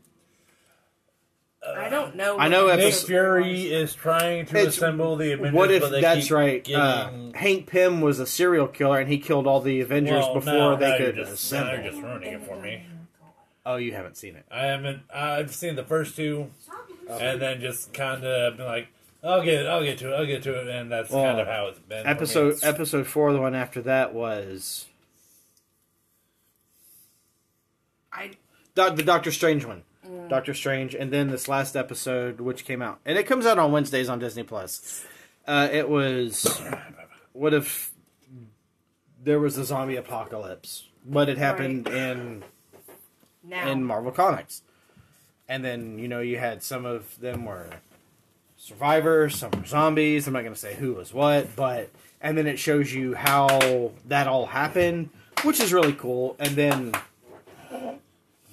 [SPEAKER 2] I don't know.
[SPEAKER 1] I know
[SPEAKER 2] what
[SPEAKER 3] Nick
[SPEAKER 1] episode-
[SPEAKER 3] Fury is trying to
[SPEAKER 1] It's-
[SPEAKER 3] assemble the Avengers.
[SPEAKER 1] what if
[SPEAKER 3] but they
[SPEAKER 1] that's
[SPEAKER 3] keep
[SPEAKER 1] right? Uh,
[SPEAKER 3] Getting,
[SPEAKER 1] Hank Pym was a serial killer and he killed all the Avengers
[SPEAKER 3] well,
[SPEAKER 1] before
[SPEAKER 3] now-
[SPEAKER 1] they
[SPEAKER 3] now
[SPEAKER 1] could
[SPEAKER 3] you're just, now
[SPEAKER 1] assemble.
[SPEAKER 3] you're just ruining it for me.
[SPEAKER 1] Oh, you haven't seen it.
[SPEAKER 3] I haven't. I've seen the first two, and then just kind of been like, "I'll get, I'll get to it, I'll get to it," and that's
[SPEAKER 1] Well,
[SPEAKER 3] kind of how it's been. for me.
[SPEAKER 1] Episode episode four, the one after that was
[SPEAKER 2] I
[SPEAKER 1] Doc- the Doctor Strange one. Doctor Strange, and then this last episode, which came out, and it comes out on Wednesdays on Disney Plus. Uh, it was what if there was a zombie apocalypse, but it happened in
[SPEAKER 2] now
[SPEAKER 1] in Marvel Comics, and then you know you had some of them were survivors, some were zombies. I'm not going to say who was what, but and then it shows you how that all happened, which is really cool. And then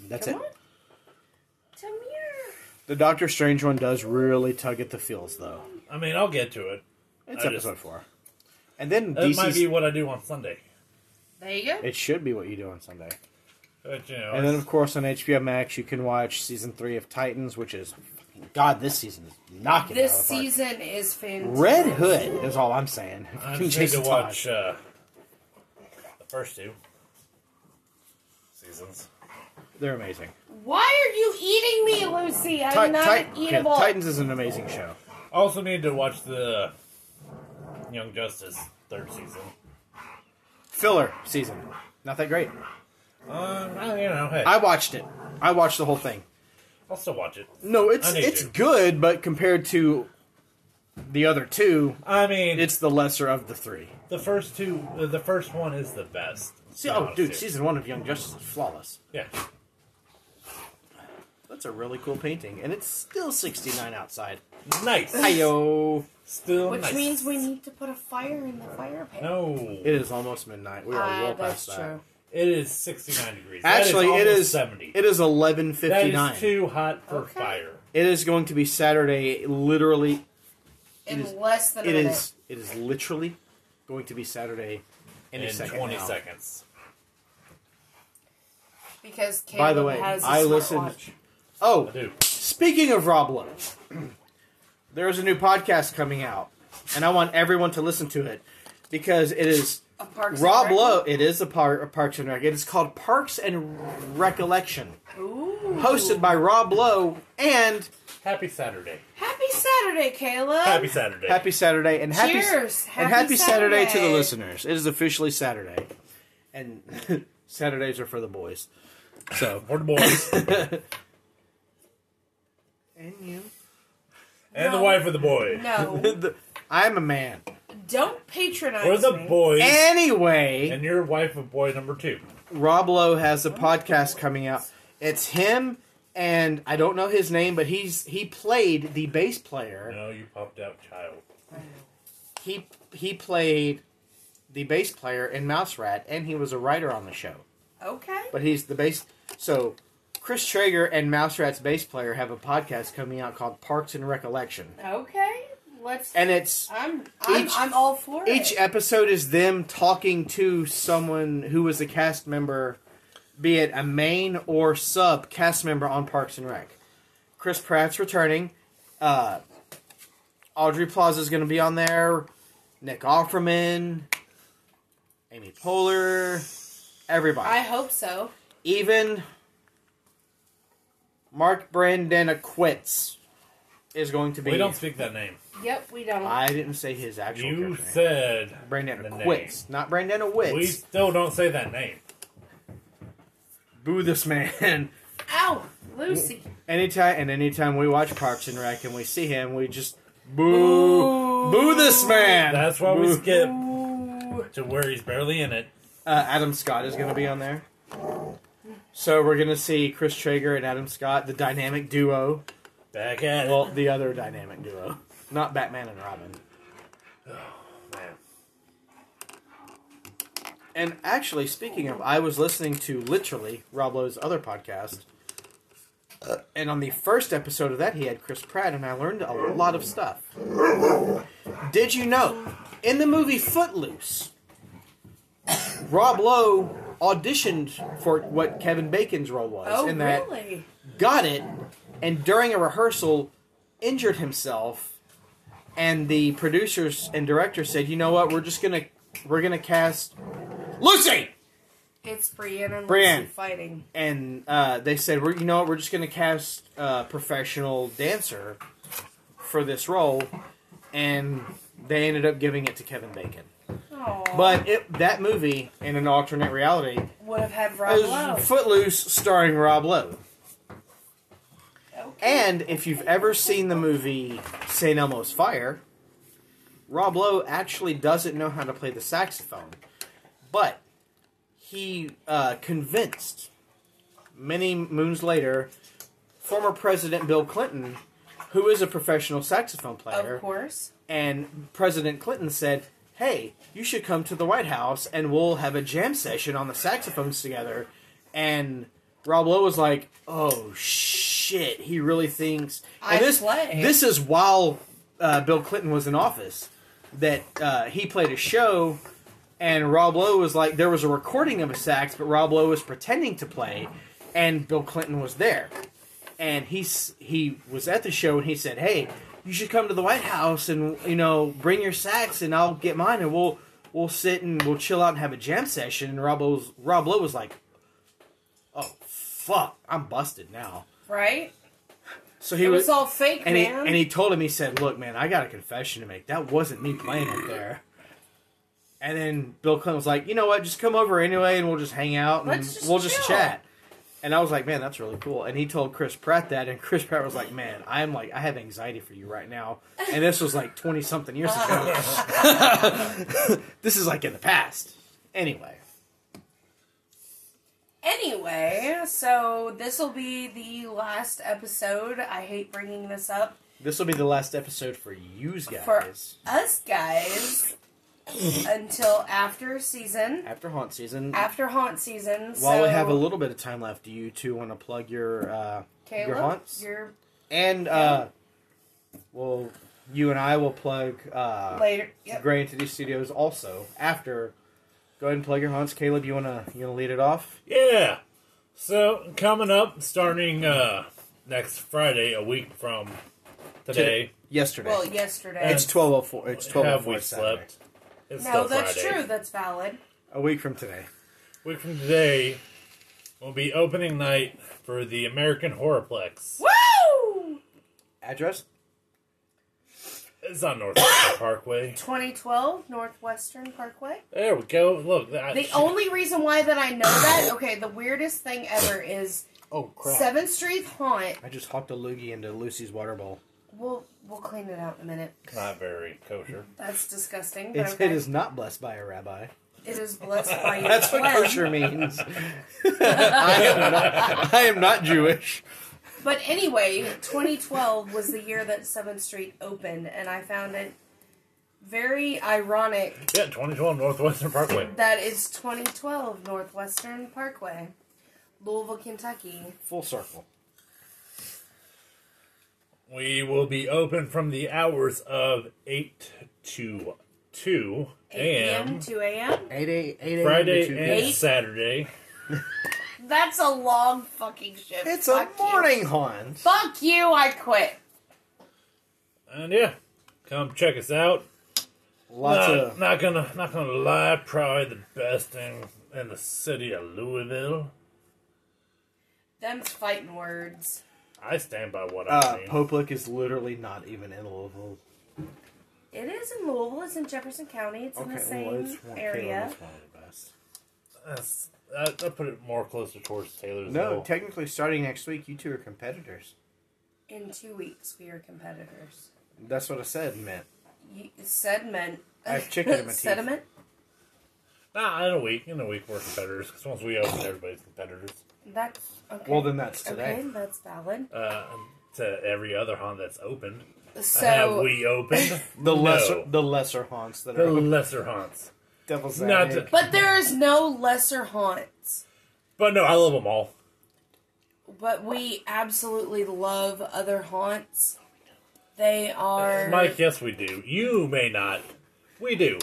[SPEAKER 1] that's it. The Doctor Strange one does really tug at the feels, though.
[SPEAKER 3] I mean, I'll get to it.
[SPEAKER 1] It's
[SPEAKER 3] I just-
[SPEAKER 1] episode four, and then
[SPEAKER 3] That might be
[SPEAKER 1] DC.
[SPEAKER 3] what I do on Sunday.
[SPEAKER 2] there you go.
[SPEAKER 1] It should be what you do on Sunday,
[SPEAKER 3] But, you know,
[SPEAKER 1] and then of course on HBO Max you can watch season three of Titans, which is God. This season is knocking it
[SPEAKER 2] This
[SPEAKER 1] out of the park.
[SPEAKER 2] season is fantastic.
[SPEAKER 1] Red Hood is all I'm saying.
[SPEAKER 3] I'm
[SPEAKER 1] Fucking
[SPEAKER 3] going to
[SPEAKER 1] Jason Todd.
[SPEAKER 3] watch uh, the first two seasons.
[SPEAKER 1] They're amazing.
[SPEAKER 2] Why are you eating me, Lucy? I'm
[SPEAKER 1] Ti-
[SPEAKER 2] not
[SPEAKER 1] Ti- okay,
[SPEAKER 2] eatable.
[SPEAKER 1] Titans is an amazing show.
[SPEAKER 3] Also, need to watch the Young Justice third season.
[SPEAKER 1] Filler season, not that great.
[SPEAKER 3] Um, I, you know, hey,
[SPEAKER 1] I watched it. I watched the whole thing.
[SPEAKER 3] I'll still watch it.
[SPEAKER 1] No, it's
[SPEAKER 3] I need
[SPEAKER 1] it's
[SPEAKER 3] to.
[SPEAKER 1] good, but compared to the other two,
[SPEAKER 3] I mean,
[SPEAKER 1] it's the lesser of the three.
[SPEAKER 3] the first two. uh, The first one is the best.
[SPEAKER 1] See, oh, dude,
[SPEAKER 3] Honestly.
[SPEAKER 1] season one of Young Justice is flawless.
[SPEAKER 3] yeah.
[SPEAKER 1] That's a really cool painting, and it's still 69 outside.
[SPEAKER 3] Nice.
[SPEAKER 1] Ayo.
[SPEAKER 3] Still
[SPEAKER 2] Which
[SPEAKER 3] nice.
[SPEAKER 2] means we need to put a fire in the fire pit.
[SPEAKER 3] no.
[SPEAKER 1] It is almost midnight. We are
[SPEAKER 2] Ah,
[SPEAKER 1] well
[SPEAKER 2] that's
[SPEAKER 1] past that.
[SPEAKER 2] true.
[SPEAKER 3] It is 69 degrees.
[SPEAKER 1] Actually,
[SPEAKER 3] that is
[SPEAKER 1] it
[SPEAKER 3] almost
[SPEAKER 1] is
[SPEAKER 3] 70.
[SPEAKER 1] It is
[SPEAKER 3] that
[SPEAKER 1] 11:59.
[SPEAKER 3] is too hot for
[SPEAKER 2] Okay.
[SPEAKER 3] fire.
[SPEAKER 1] It is going to be Saturday. Literally,
[SPEAKER 2] In
[SPEAKER 1] is-
[SPEAKER 2] less than a
[SPEAKER 1] it
[SPEAKER 2] minute.
[SPEAKER 1] is. It is literally going to be Saturday. Any
[SPEAKER 3] in
[SPEAKER 1] second
[SPEAKER 3] 20
[SPEAKER 1] now.
[SPEAKER 3] seconds.
[SPEAKER 2] Because Caleb
[SPEAKER 1] By the way,
[SPEAKER 2] has a
[SPEAKER 1] I listened.
[SPEAKER 2] smartwatch.
[SPEAKER 1] Oh,
[SPEAKER 3] I do.
[SPEAKER 1] speaking of Rob Lowe, there is a new podcast coming out, and I want everyone to listen to it because it is
[SPEAKER 2] A Parks and
[SPEAKER 1] Rob
[SPEAKER 2] Rec?
[SPEAKER 1] Lowe. It is a, par- a Parks and Rec. It is called Parks and Recollection,
[SPEAKER 2] Ooh.
[SPEAKER 1] hosted by Rob Lowe and
[SPEAKER 3] Happy Saturday.
[SPEAKER 2] Happy Saturday, Caleb.
[SPEAKER 3] Happy Saturday.
[SPEAKER 1] Happy Saturday and happy
[SPEAKER 2] Cheers.
[SPEAKER 1] and
[SPEAKER 2] Happy
[SPEAKER 1] happy Saturday. to the
[SPEAKER 2] Saturday.
[SPEAKER 1] listeners. It is officially Saturday, and Saturdays are for the boys. So
[SPEAKER 3] For the boys.
[SPEAKER 1] and you,
[SPEAKER 3] and the
[SPEAKER 2] No.
[SPEAKER 3] wife of the boy.
[SPEAKER 2] No,
[SPEAKER 1] The- I'm a man.
[SPEAKER 2] don't patronize
[SPEAKER 3] We're the
[SPEAKER 2] me.
[SPEAKER 3] boys. And,
[SPEAKER 1] Anyway,
[SPEAKER 3] your wife of boy number two.
[SPEAKER 1] Rob Lowe has a podcast coming out. It's him and I don't know his name, but he's he played the bass player.
[SPEAKER 3] No, you popped out, child.
[SPEAKER 1] He he played the bass player in Mouse Rat, and he was a writer on the show.
[SPEAKER 2] Okay.
[SPEAKER 1] But he's the bass. So Chris Traeger and Mouse Rat's bass player have a podcast coming out called Parks and Recollection.
[SPEAKER 2] Okay. Let's.
[SPEAKER 1] and it's
[SPEAKER 2] I'm I'm,
[SPEAKER 1] Each-
[SPEAKER 2] I'm all for
[SPEAKER 1] each
[SPEAKER 2] it.
[SPEAKER 1] episode is them talking to someone who was a cast member, be it a main or sub cast member on Parks and Rec. Chris Pratt's returning. Uh, Audrey Plaza's going to be on there. Nick Offerman, Amy Poehler, everybody.
[SPEAKER 2] I hope so.
[SPEAKER 1] Even Mark Brandon quits is going to be.
[SPEAKER 3] We don't speak that name.
[SPEAKER 2] Yep, we don't.
[SPEAKER 1] I didn't say his actual
[SPEAKER 3] You
[SPEAKER 1] character name.
[SPEAKER 3] said the
[SPEAKER 1] Brandana
[SPEAKER 3] name.
[SPEAKER 1] quits, not Brandana wits.
[SPEAKER 3] We still don't say that name.
[SPEAKER 1] Boo this man!
[SPEAKER 2] Ow, Lucy.
[SPEAKER 1] anytime and anytime we watch Parks and Rec and we see him, we just boo, boo this man.
[SPEAKER 3] That's why we
[SPEAKER 1] Boo.
[SPEAKER 3] skip
[SPEAKER 2] Ooh.
[SPEAKER 3] to where he's barely in it.
[SPEAKER 1] Uh, Adam Scott is going to be on there. So we're going to see Chris Traeger and Adam Scott, the dynamic duo.
[SPEAKER 3] Back at it.
[SPEAKER 1] Well, the other dynamic duo, not Batman and Robin.
[SPEAKER 3] Man.
[SPEAKER 1] And actually, speaking of, I was listening to literally Rob Lowe's other podcast, and on the first episode of that, he had Chris Pratt, and I learned a lot of stuff. Did you know, in the movie Footloose, Rob Lowe auditioned for what Kevin Bacon's role was
[SPEAKER 2] Oh,
[SPEAKER 1] in that,
[SPEAKER 2] really?
[SPEAKER 1] got it, and during a rehearsal, injured himself. And the producers and director said, "You know what? We're just gonna we're gonna cast Lucy."
[SPEAKER 2] It's Brienne and
[SPEAKER 1] Brienne.
[SPEAKER 2] Lucy fighting.
[SPEAKER 1] and uh, they said, "We're you know what? We're just gonna cast a professional dancer for this role," and they ended up giving it to Kevin Bacon.
[SPEAKER 2] Aww.
[SPEAKER 1] But it, that movie, in an alternate reality,
[SPEAKER 2] would have had Rob Lowe.
[SPEAKER 1] is Footloose, starring Rob Lowe.
[SPEAKER 2] Okay.
[SPEAKER 1] And if you've ever seen the movie St. Elmo's Fire, Rob Lowe actually doesn't know how to play the saxophone, but he uh, convinced many moons later former President Bill Clinton, who is a professional saxophone player,
[SPEAKER 2] of course.
[SPEAKER 1] and President Clinton said, "Hey, you should come to the White House and we'll have a jam session on the saxophones together." And Rob Lowe was like, "Oh shit, he really thinks." And
[SPEAKER 2] I
[SPEAKER 1] this
[SPEAKER 2] play.
[SPEAKER 1] this is while uh, Bill Clinton was in office that uh, he played a show. And Rob Lowe was like, there was a recording of a sax, but Rob Lowe was pretending to play, and Bill Clinton was there and he's he was at the show and he said, "Hey, you should come to the White House and you know bring your sax and I'll get mine and we'll we'll sit and we'll chill out and have a jam session." And Rob Lowe's, Rob Lowe was like, "Oh fuck, I'm busted now."
[SPEAKER 2] Right?
[SPEAKER 1] So he
[SPEAKER 2] It
[SPEAKER 1] was,
[SPEAKER 2] was all fake,
[SPEAKER 1] and he
[SPEAKER 2] man.
[SPEAKER 1] and he told him he said, "Look, man, I got a confession to make. That wasn't me playing up there." And then Bill Clinton was like, "You know what? Just come over anyway, and we'll just hang out and
[SPEAKER 2] Let's just
[SPEAKER 1] we'll just
[SPEAKER 2] chill."
[SPEAKER 1] chat." And I was like, "Man, that's really cool." And he told Chris Pratt that, and Chris Pratt was like, "Man, I'm like, I have anxiety for you right now." And this was like twenty something years ago. this is like in the past. Anyway,
[SPEAKER 2] Anyway, so this will be the last episode. I hate bringing this up
[SPEAKER 1] this will be the last episode for you guys
[SPEAKER 2] for us guys until after season,
[SPEAKER 1] after haunt season.
[SPEAKER 2] after haunt season.
[SPEAKER 1] While
[SPEAKER 2] so
[SPEAKER 1] we have a little bit of time left, do you two want to plug your uh,
[SPEAKER 2] Caleb,
[SPEAKER 1] your haunts?
[SPEAKER 2] your
[SPEAKER 1] and uh, well, you and I will plug uh,
[SPEAKER 2] later. Yep.
[SPEAKER 1] Gray Entity Studios also after. Go ahead and plug your haunts, Caleb. You wanna you wanna lead it off?
[SPEAKER 3] Yeah. So coming up, starting uh, next Friday, a week from today.
[SPEAKER 1] Yesterday.
[SPEAKER 2] Well, yesterday.
[SPEAKER 1] it's twelve oh four. It's twelve oh
[SPEAKER 3] Have
[SPEAKER 1] four.
[SPEAKER 3] we
[SPEAKER 1] Saturday.
[SPEAKER 3] slept? It's
[SPEAKER 2] no, that's
[SPEAKER 3] Friday.
[SPEAKER 2] true. That's valid.
[SPEAKER 1] A week from today.
[SPEAKER 3] Week from today will be opening night for the American Horrorplex.
[SPEAKER 2] Woo!
[SPEAKER 1] Address?
[SPEAKER 3] It's on North Central Parkway.
[SPEAKER 2] 2012 Northwestern Parkway.
[SPEAKER 3] There we go. Look, that,
[SPEAKER 2] The only reason why that I know that, okay, the weirdest thing ever is
[SPEAKER 1] Oh crap!
[SPEAKER 2] Seventh Street Haunt.
[SPEAKER 1] I just hawked a loogie into Lucy's water bowl.
[SPEAKER 2] We'll we'll clean it out in a minute.
[SPEAKER 3] not very kosher.
[SPEAKER 2] That's disgusting. But
[SPEAKER 1] It's,
[SPEAKER 2] okay.
[SPEAKER 1] It is not blessed by a rabbi.
[SPEAKER 2] It is blessed by your
[SPEAKER 1] That's what
[SPEAKER 2] flesh.
[SPEAKER 1] kosher means. I am not. I am not Jewish.
[SPEAKER 2] But anyway, 2012 was the year that Seventh Street opened, and I found it very ironic
[SPEAKER 3] Yeah, 2012 Northwestern Parkway.
[SPEAKER 2] that it's 2012 Northwestern Parkway, Louisville, Kentucky.
[SPEAKER 1] Full circle.
[SPEAKER 3] We will be open from the hours of 8 to 2
[SPEAKER 2] 8 a.m.
[SPEAKER 3] a.m.
[SPEAKER 2] 2 a.m.
[SPEAKER 1] 8 a 8 a.m.
[SPEAKER 3] Friday
[SPEAKER 1] to-
[SPEAKER 3] and
[SPEAKER 2] Eight?
[SPEAKER 3] Saturday.
[SPEAKER 2] That's a long fucking shift.
[SPEAKER 1] It's a
[SPEAKER 2] Fuck you.
[SPEAKER 1] morning haunt.
[SPEAKER 2] Fuck you, I quit.
[SPEAKER 3] And yeah, come check us out.
[SPEAKER 1] Lots
[SPEAKER 3] not,
[SPEAKER 1] of
[SPEAKER 3] not gonna not gonna lie, probably the best thing in the city of Louisville.
[SPEAKER 2] Them's fighting words.
[SPEAKER 3] I stand by what I
[SPEAKER 1] uh,
[SPEAKER 3] mean.
[SPEAKER 1] Poplick is literally not even in Louisville.
[SPEAKER 2] It is in Louisville. It's in Jefferson County. It's in the
[SPEAKER 1] well,
[SPEAKER 2] same
[SPEAKER 1] it's one- Taylor
[SPEAKER 2] area.
[SPEAKER 1] is one of the best.
[SPEAKER 3] That's, I, I put it more closer towards Taylor's.
[SPEAKER 1] No, technically, starting next week, you two are competitors.
[SPEAKER 2] In two weeks, we are competitors.
[SPEAKER 1] That's what I said, meant.
[SPEAKER 2] You, sediment.
[SPEAKER 1] I have chicken in my teeth.
[SPEAKER 2] Sediment?
[SPEAKER 3] nah, in a week. In a week, we're competitors because once we open, everybody's competitors
[SPEAKER 2] That's okay.
[SPEAKER 1] Well, then that's today.
[SPEAKER 2] Okay, that's valid.
[SPEAKER 3] uh, to every other haunt that's opened. Have
[SPEAKER 2] So,
[SPEAKER 3] we opened
[SPEAKER 1] The
[SPEAKER 3] No.
[SPEAKER 1] lesser, the lesser haunts that
[SPEAKER 3] the
[SPEAKER 1] are
[SPEAKER 3] lesser haunts?
[SPEAKER 1] devil's
[SPEAKER 3] Not
[SPEAKER 1] advocate.
[SPEAKER 3] to-
[SPEAKER 2] but there is no lesser haunts.
[SPEAKER 3] But no, I love them all.
[SPEAKER 2] But we absolutely love other haunts. They are
[SPEAKER 3] Mike, yes, we do. You may not. We do.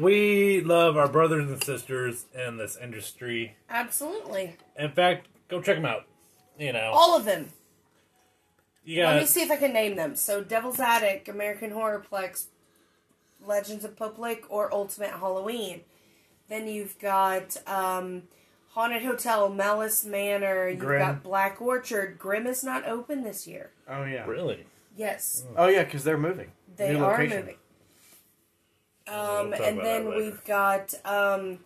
[SPEAKER 3] we love our brothers and sisters in this industry.
[SPEAKER 2] absolutely
[SPEAKER 3] In fact, go check them out. You know,
[SPEAKER 2] all of them.
[SPEAKER 3] you
[SPEAKER 2] Oh, Let me
[SPEAKER 3] got
[SPEAKER 2] see if I can name them. So, Devil's Attic, American Horrorplex, Legends of Public, or Ultimate Halloween. Then you've got um, Haunted Hotel, Malice Manor. You've
[SPEAKER 1] Grimm.
[SPEAKER 2] got Black Orchard. Grim is not open this year.
[SPEAKER 1] Oh yeah.
[SPEAKER 3] really.
[SPEAKER 2] Yes,
[SPEAKER 1] Oh yeah, because they're moving.
[SPEAKER 2] they
[SPEAKER 1] New
[SPEAKER 2] are
[SPEAKER 1] location.
[SPEAKER 2] moving. Um,
[SPEAKER 3] We'll talk
[SPEAKER 2] and
[SPEAKER 3] about
[SPEAKER 2] then
[SPEAKER 3] that later.
[SPEAKER 2] we've got um,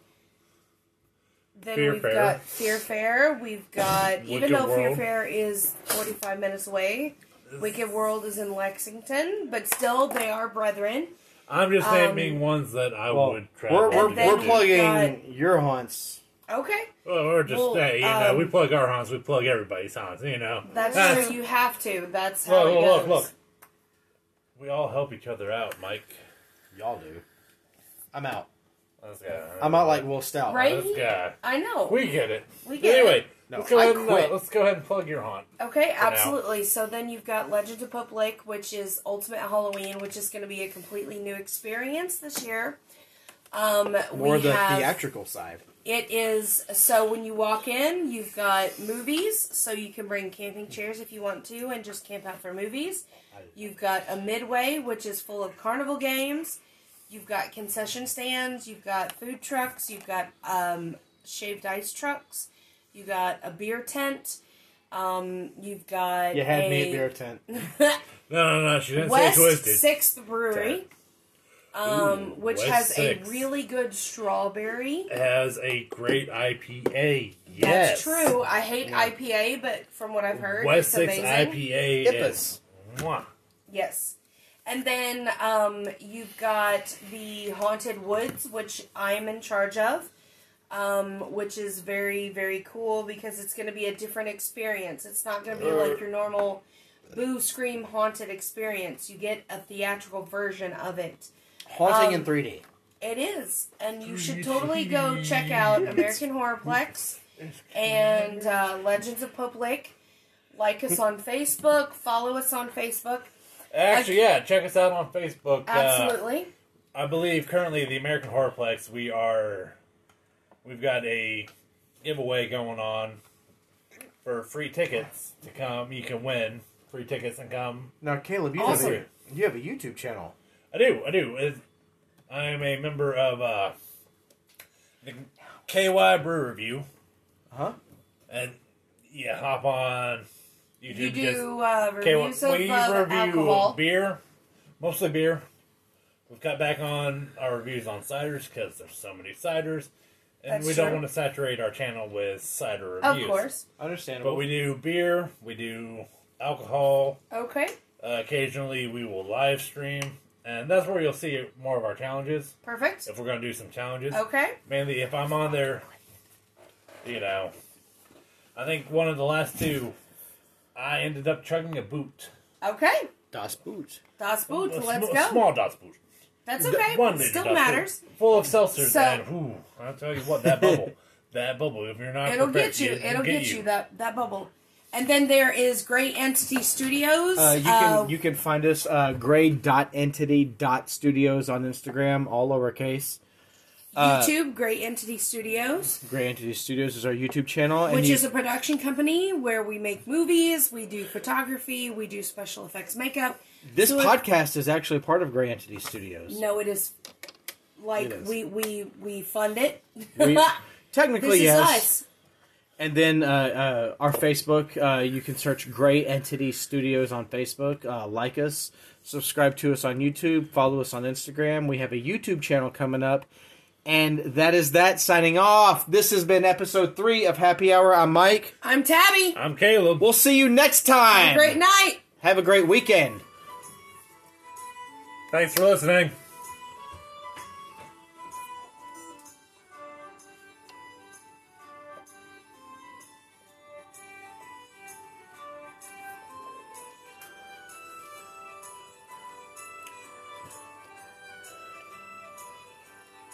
[SPEAKER 2] then
[SPEAKER 3] Fear
[SPEAKER 2] we've
[SPEAKER 3] Fair.
[SPEAKER 2] got Fear Fair. We've got even
[SPEAKER 3] Wicked
[SPEAKER 2] though Fear
[SPEAKER 3] World.
[SPEAKER 2] Fair is forty five minutes away, Wicked World is in Lexington, but still they are brethren.
[SPEAKER 3] I'm just
[SPEAKER 2] Um,
[SPEAKER 3] naming ones that I
[SPEAKER 1] Well,
[SPEAKER 3] would travel.
[SPEAKER 1] we're we're,
[SPEAKER 2] And then
[SPEAKER 1] we're
[SPEAKER 2] we've
[SPEAKER 1] plugging your haunts.
[SPEAKER 2] Okay,
[SPEAKER 3] Well, we're just
[SPEAKER 2] Well,
[SPEAKER 3] hey, you know, we
[SPEAKER 2] um,
[SPEAKER 3] plug our haunts, we plug everybody's haunts. You know,
[SPEAKER 2] that's
[SPEAKER 3] That's-
[SPEAKER 2] true. You have to. That's how
[SPEAKER 3] look,
[SPEAKER 2] it goes.
[SPEAKER 3] look, look, look. We all help each other out, Mike.
[SPEAKER 1] Y'all do. I'm out.
[SPEAKER 3] Let's go.
[SPEAKER 1] I'm out like Will Stout.
[SPEAKER 2] Right?
[SPEAKER 3] This guy.
[SPEAKER 2] I know.
[SPEAKER 3] We get it.
[SPEAKER 2] We get
[SPEAKER 3] anyway,
[SPEAKER 2] it.
[SPEAKER 1] No,
[SPEAKER 3] let's go
[SPEAKER 1] I
[SPEAKER 3] ahead. And, uh,
[SPEAKER 1] quit.
[SPEAKER 3] let's go ahead and plug your haunt.
[SPEAKER 2] Okay,
[SPEAKER 3] now.
[SPEAKER 2] absolutely. So then you've got Legend of Pope Lake, which is Ultimate Halloween, which is going to be a completely new experience this year. Um,
[SPEAKER 1] More
[SPEAKER 2] we
[SPEAKER 1] the
[SPEAKER 2] have,
[SPEAKER 1] theatrical side.
[SPEAKER 2] It is so when you walk in, you've got movies, so you can bring camping chairs if you want to and just camp out for movies. You've got a midway, which is full of carnival games. You've got concession stands. You've got food trucks. You've got um, shaved ice trucks. You got a beer tent. Um, you've got
[SPEAKER 1] You had me at
[SPEAKER 2] a-
[SPEAKER 1] beer tent.
[SPEAKER 3] No, no, no. She didn't
[SPEAKER 2] West
[SPEAKER 3] say twisted.
[SPEAKER 2] Sixth Brewery, um, which
[SPEAKER 3] West
[SPEAKER 2] has
[SPEAKER 3] Sixth.
[SPEAKER 2] a really good strawberry.
[SPEAKER 3] Has a great IPA.
[SPEAKER 2] That's
[SPEAKER 3] Yes,
[SPEAKER 2] true. I hate IPA, but from what I've heard,
[SPEAKER 3] West
[SPEAKER 2] it's
[SPEAKER 3] Six
[SPEAKER 2] amazing.
[SPEAKER 3] IPA is mwah.
[SPEAKER 2] Yes. And then um, you've got the Haunted Woods, which I'm in charge of, um, which is very, very cool because it's going to be a different experience. It's not going to be
[SPEAKER 3] Uh.
[SPEAKER 2] like your normal boo scream haunted experience. You get a theatrical version of it.
[SPEAKER 1] Haunting
[SPEAKER 2] Um,
[SPEAKER 1] in 3D.
[SPEAKER 2] It is, and you should totally go check out American Horrorplex and uh, Legends of Pope Lake. Like us on Facebook, follow us on Facebook.
[SPEAKER 3] Actually, yeah, check us out on Facebook. Uh,
[SPEAKER 2] Absolutely,
[SPEAKER 3] I believe currently the American Horrorplex, we are, we've got a giveaway going on for free tickets to come. You can win free tickets and come.
[SPEAKER 1] Now, Caleb, you,
[SPEAKER 2] Awesome.
[SPEAKER 1] have, a, you have a YouTube channel.
[SPEAKER 3] I do, I do. It- I am a member of uh, the KY Brew Review,
[SPEAKER 1] Huh?
[SPEAKER 3] and yeah, hop on YouTube.
[SPEAKER 2] you
[SPEAKER 3] just-
[SPEAKER 2] do uh,
[SPEAKER 3] Okay, well,
[SPEAKER 2] reviews
[SPEAKER 3] we
[SPEAKER 2] of uh,
[SPEAKER 3] review
[SPEAKER 2] alcohol.
[SPEAKER 3] beer, mostly beer. We've got back on our reviews on ciders because there's so many ciders, and
[SPEAKER 2] That's
[SPEAKER 3] we don't
[SPEAKER 2] true.
[SPEAKER 3] want to saturate our channel with cider
[SPEAKER 2] Of
[SPEAKER 3] reviews.
[SPEAKER 2] course,
[SPEAKER 1] Understandable.
[SPEAKER 3] but we do beer, we do alcohol.
[SPEAKER 2] okay,
[SPEAKER 3] Uh, occasionally, we will live stream, and that's where you'll see more of our challenges.
[SPEAKER 2] perfect.
[SPEAKER 3] If we're gonna do some challenges,
[SPEAKER 2] Okay,
[SPEAKER 3] mainly if I'm on there, you know, I think one of the last two, I ended up chugging a boot.
[SPEAKER 2] okay.
[SPEAKER 1] Das Boot.
[SPEAKER 2] Das Boot,
[SPEAKER 3] A
[SPEAKER 2] let's
[SPEAKER 3] sm- a
[SPEAKER 2] go.
[SPEAKER 3] Small dots boost.
[SPEAKER 2] That's okay.
[SPEAKER 3] One
[SPEAKER 2] It
[SPEAKER 3] liter
[SPEAKER 2] still
[SPEAKER 3] dots
[SPEAKER 2] matters.
[SPEAKER 3] boost. Full of seltzers
[SPEAKER 2] So-
[SPEAKER 3] and ooh, I'll tell you what, that bubble, that bubble. If you're not,
[SPEAKER 2] It'll
[SPEAKER 3] prepared,
[SPEAKER 2] get you.
[SPEAKER 3] it will
[SPEAKER 2] It'll get you that that bubble. And then there is Gray Entity Studios.
[SPEAKER 1] Uh, you
[SPEAKER 2] Uh,
[SPEAKER 1] can you can find us uh, gray.entity.studios on Instagram, all lowercase. uh,
[SPEAKER 2] YouTube, Gray Entity Studios,
[SPEAKER 1] Gray Entity Studios is our YouTube channel, and
[SPEAKER 2] which
[SPEAKER 1] you-
[SPEAKER 2] is a production company where we make movies, we do photography, we do special effects makeup.
[SPEAKER 1] this
[SPEAKER 2] so it-
[SPEAKER 1] podcast is actually part of Gray Entity Studios.
[SPEAKER 2] No, it is like
[SPEAKER 1] It is.
[SPEAKER 2] we we we fund it.
[SPEAKER 1] We-
[SPEAKER 2] this
[SPEAKER 1] technically,
[SPEAKER 2] is
[SPEAKER 1] yes.
[SPEAKER 2] us.
[SPEAKER 1] And then uh, uh, our Facebook, uh, you can search Gray Entity Studios on Facebook. Uh, like us, subscribe to us on YouTube, follow us on Instagram. We have a YouTube channel coming up. And that is that signing off. This has been episode three of Happy Hour. I'm Mike.
[SPEAKER 2] I'm Tabby.
[SPEAKER 3] I'm Caleb.
[SPEAKER 1] We'll see you next time.
[SPEAKER 2] Great night.
[SPEAKER 1] Have a great weekend.
[SPEAKER 3] Thanks for listening.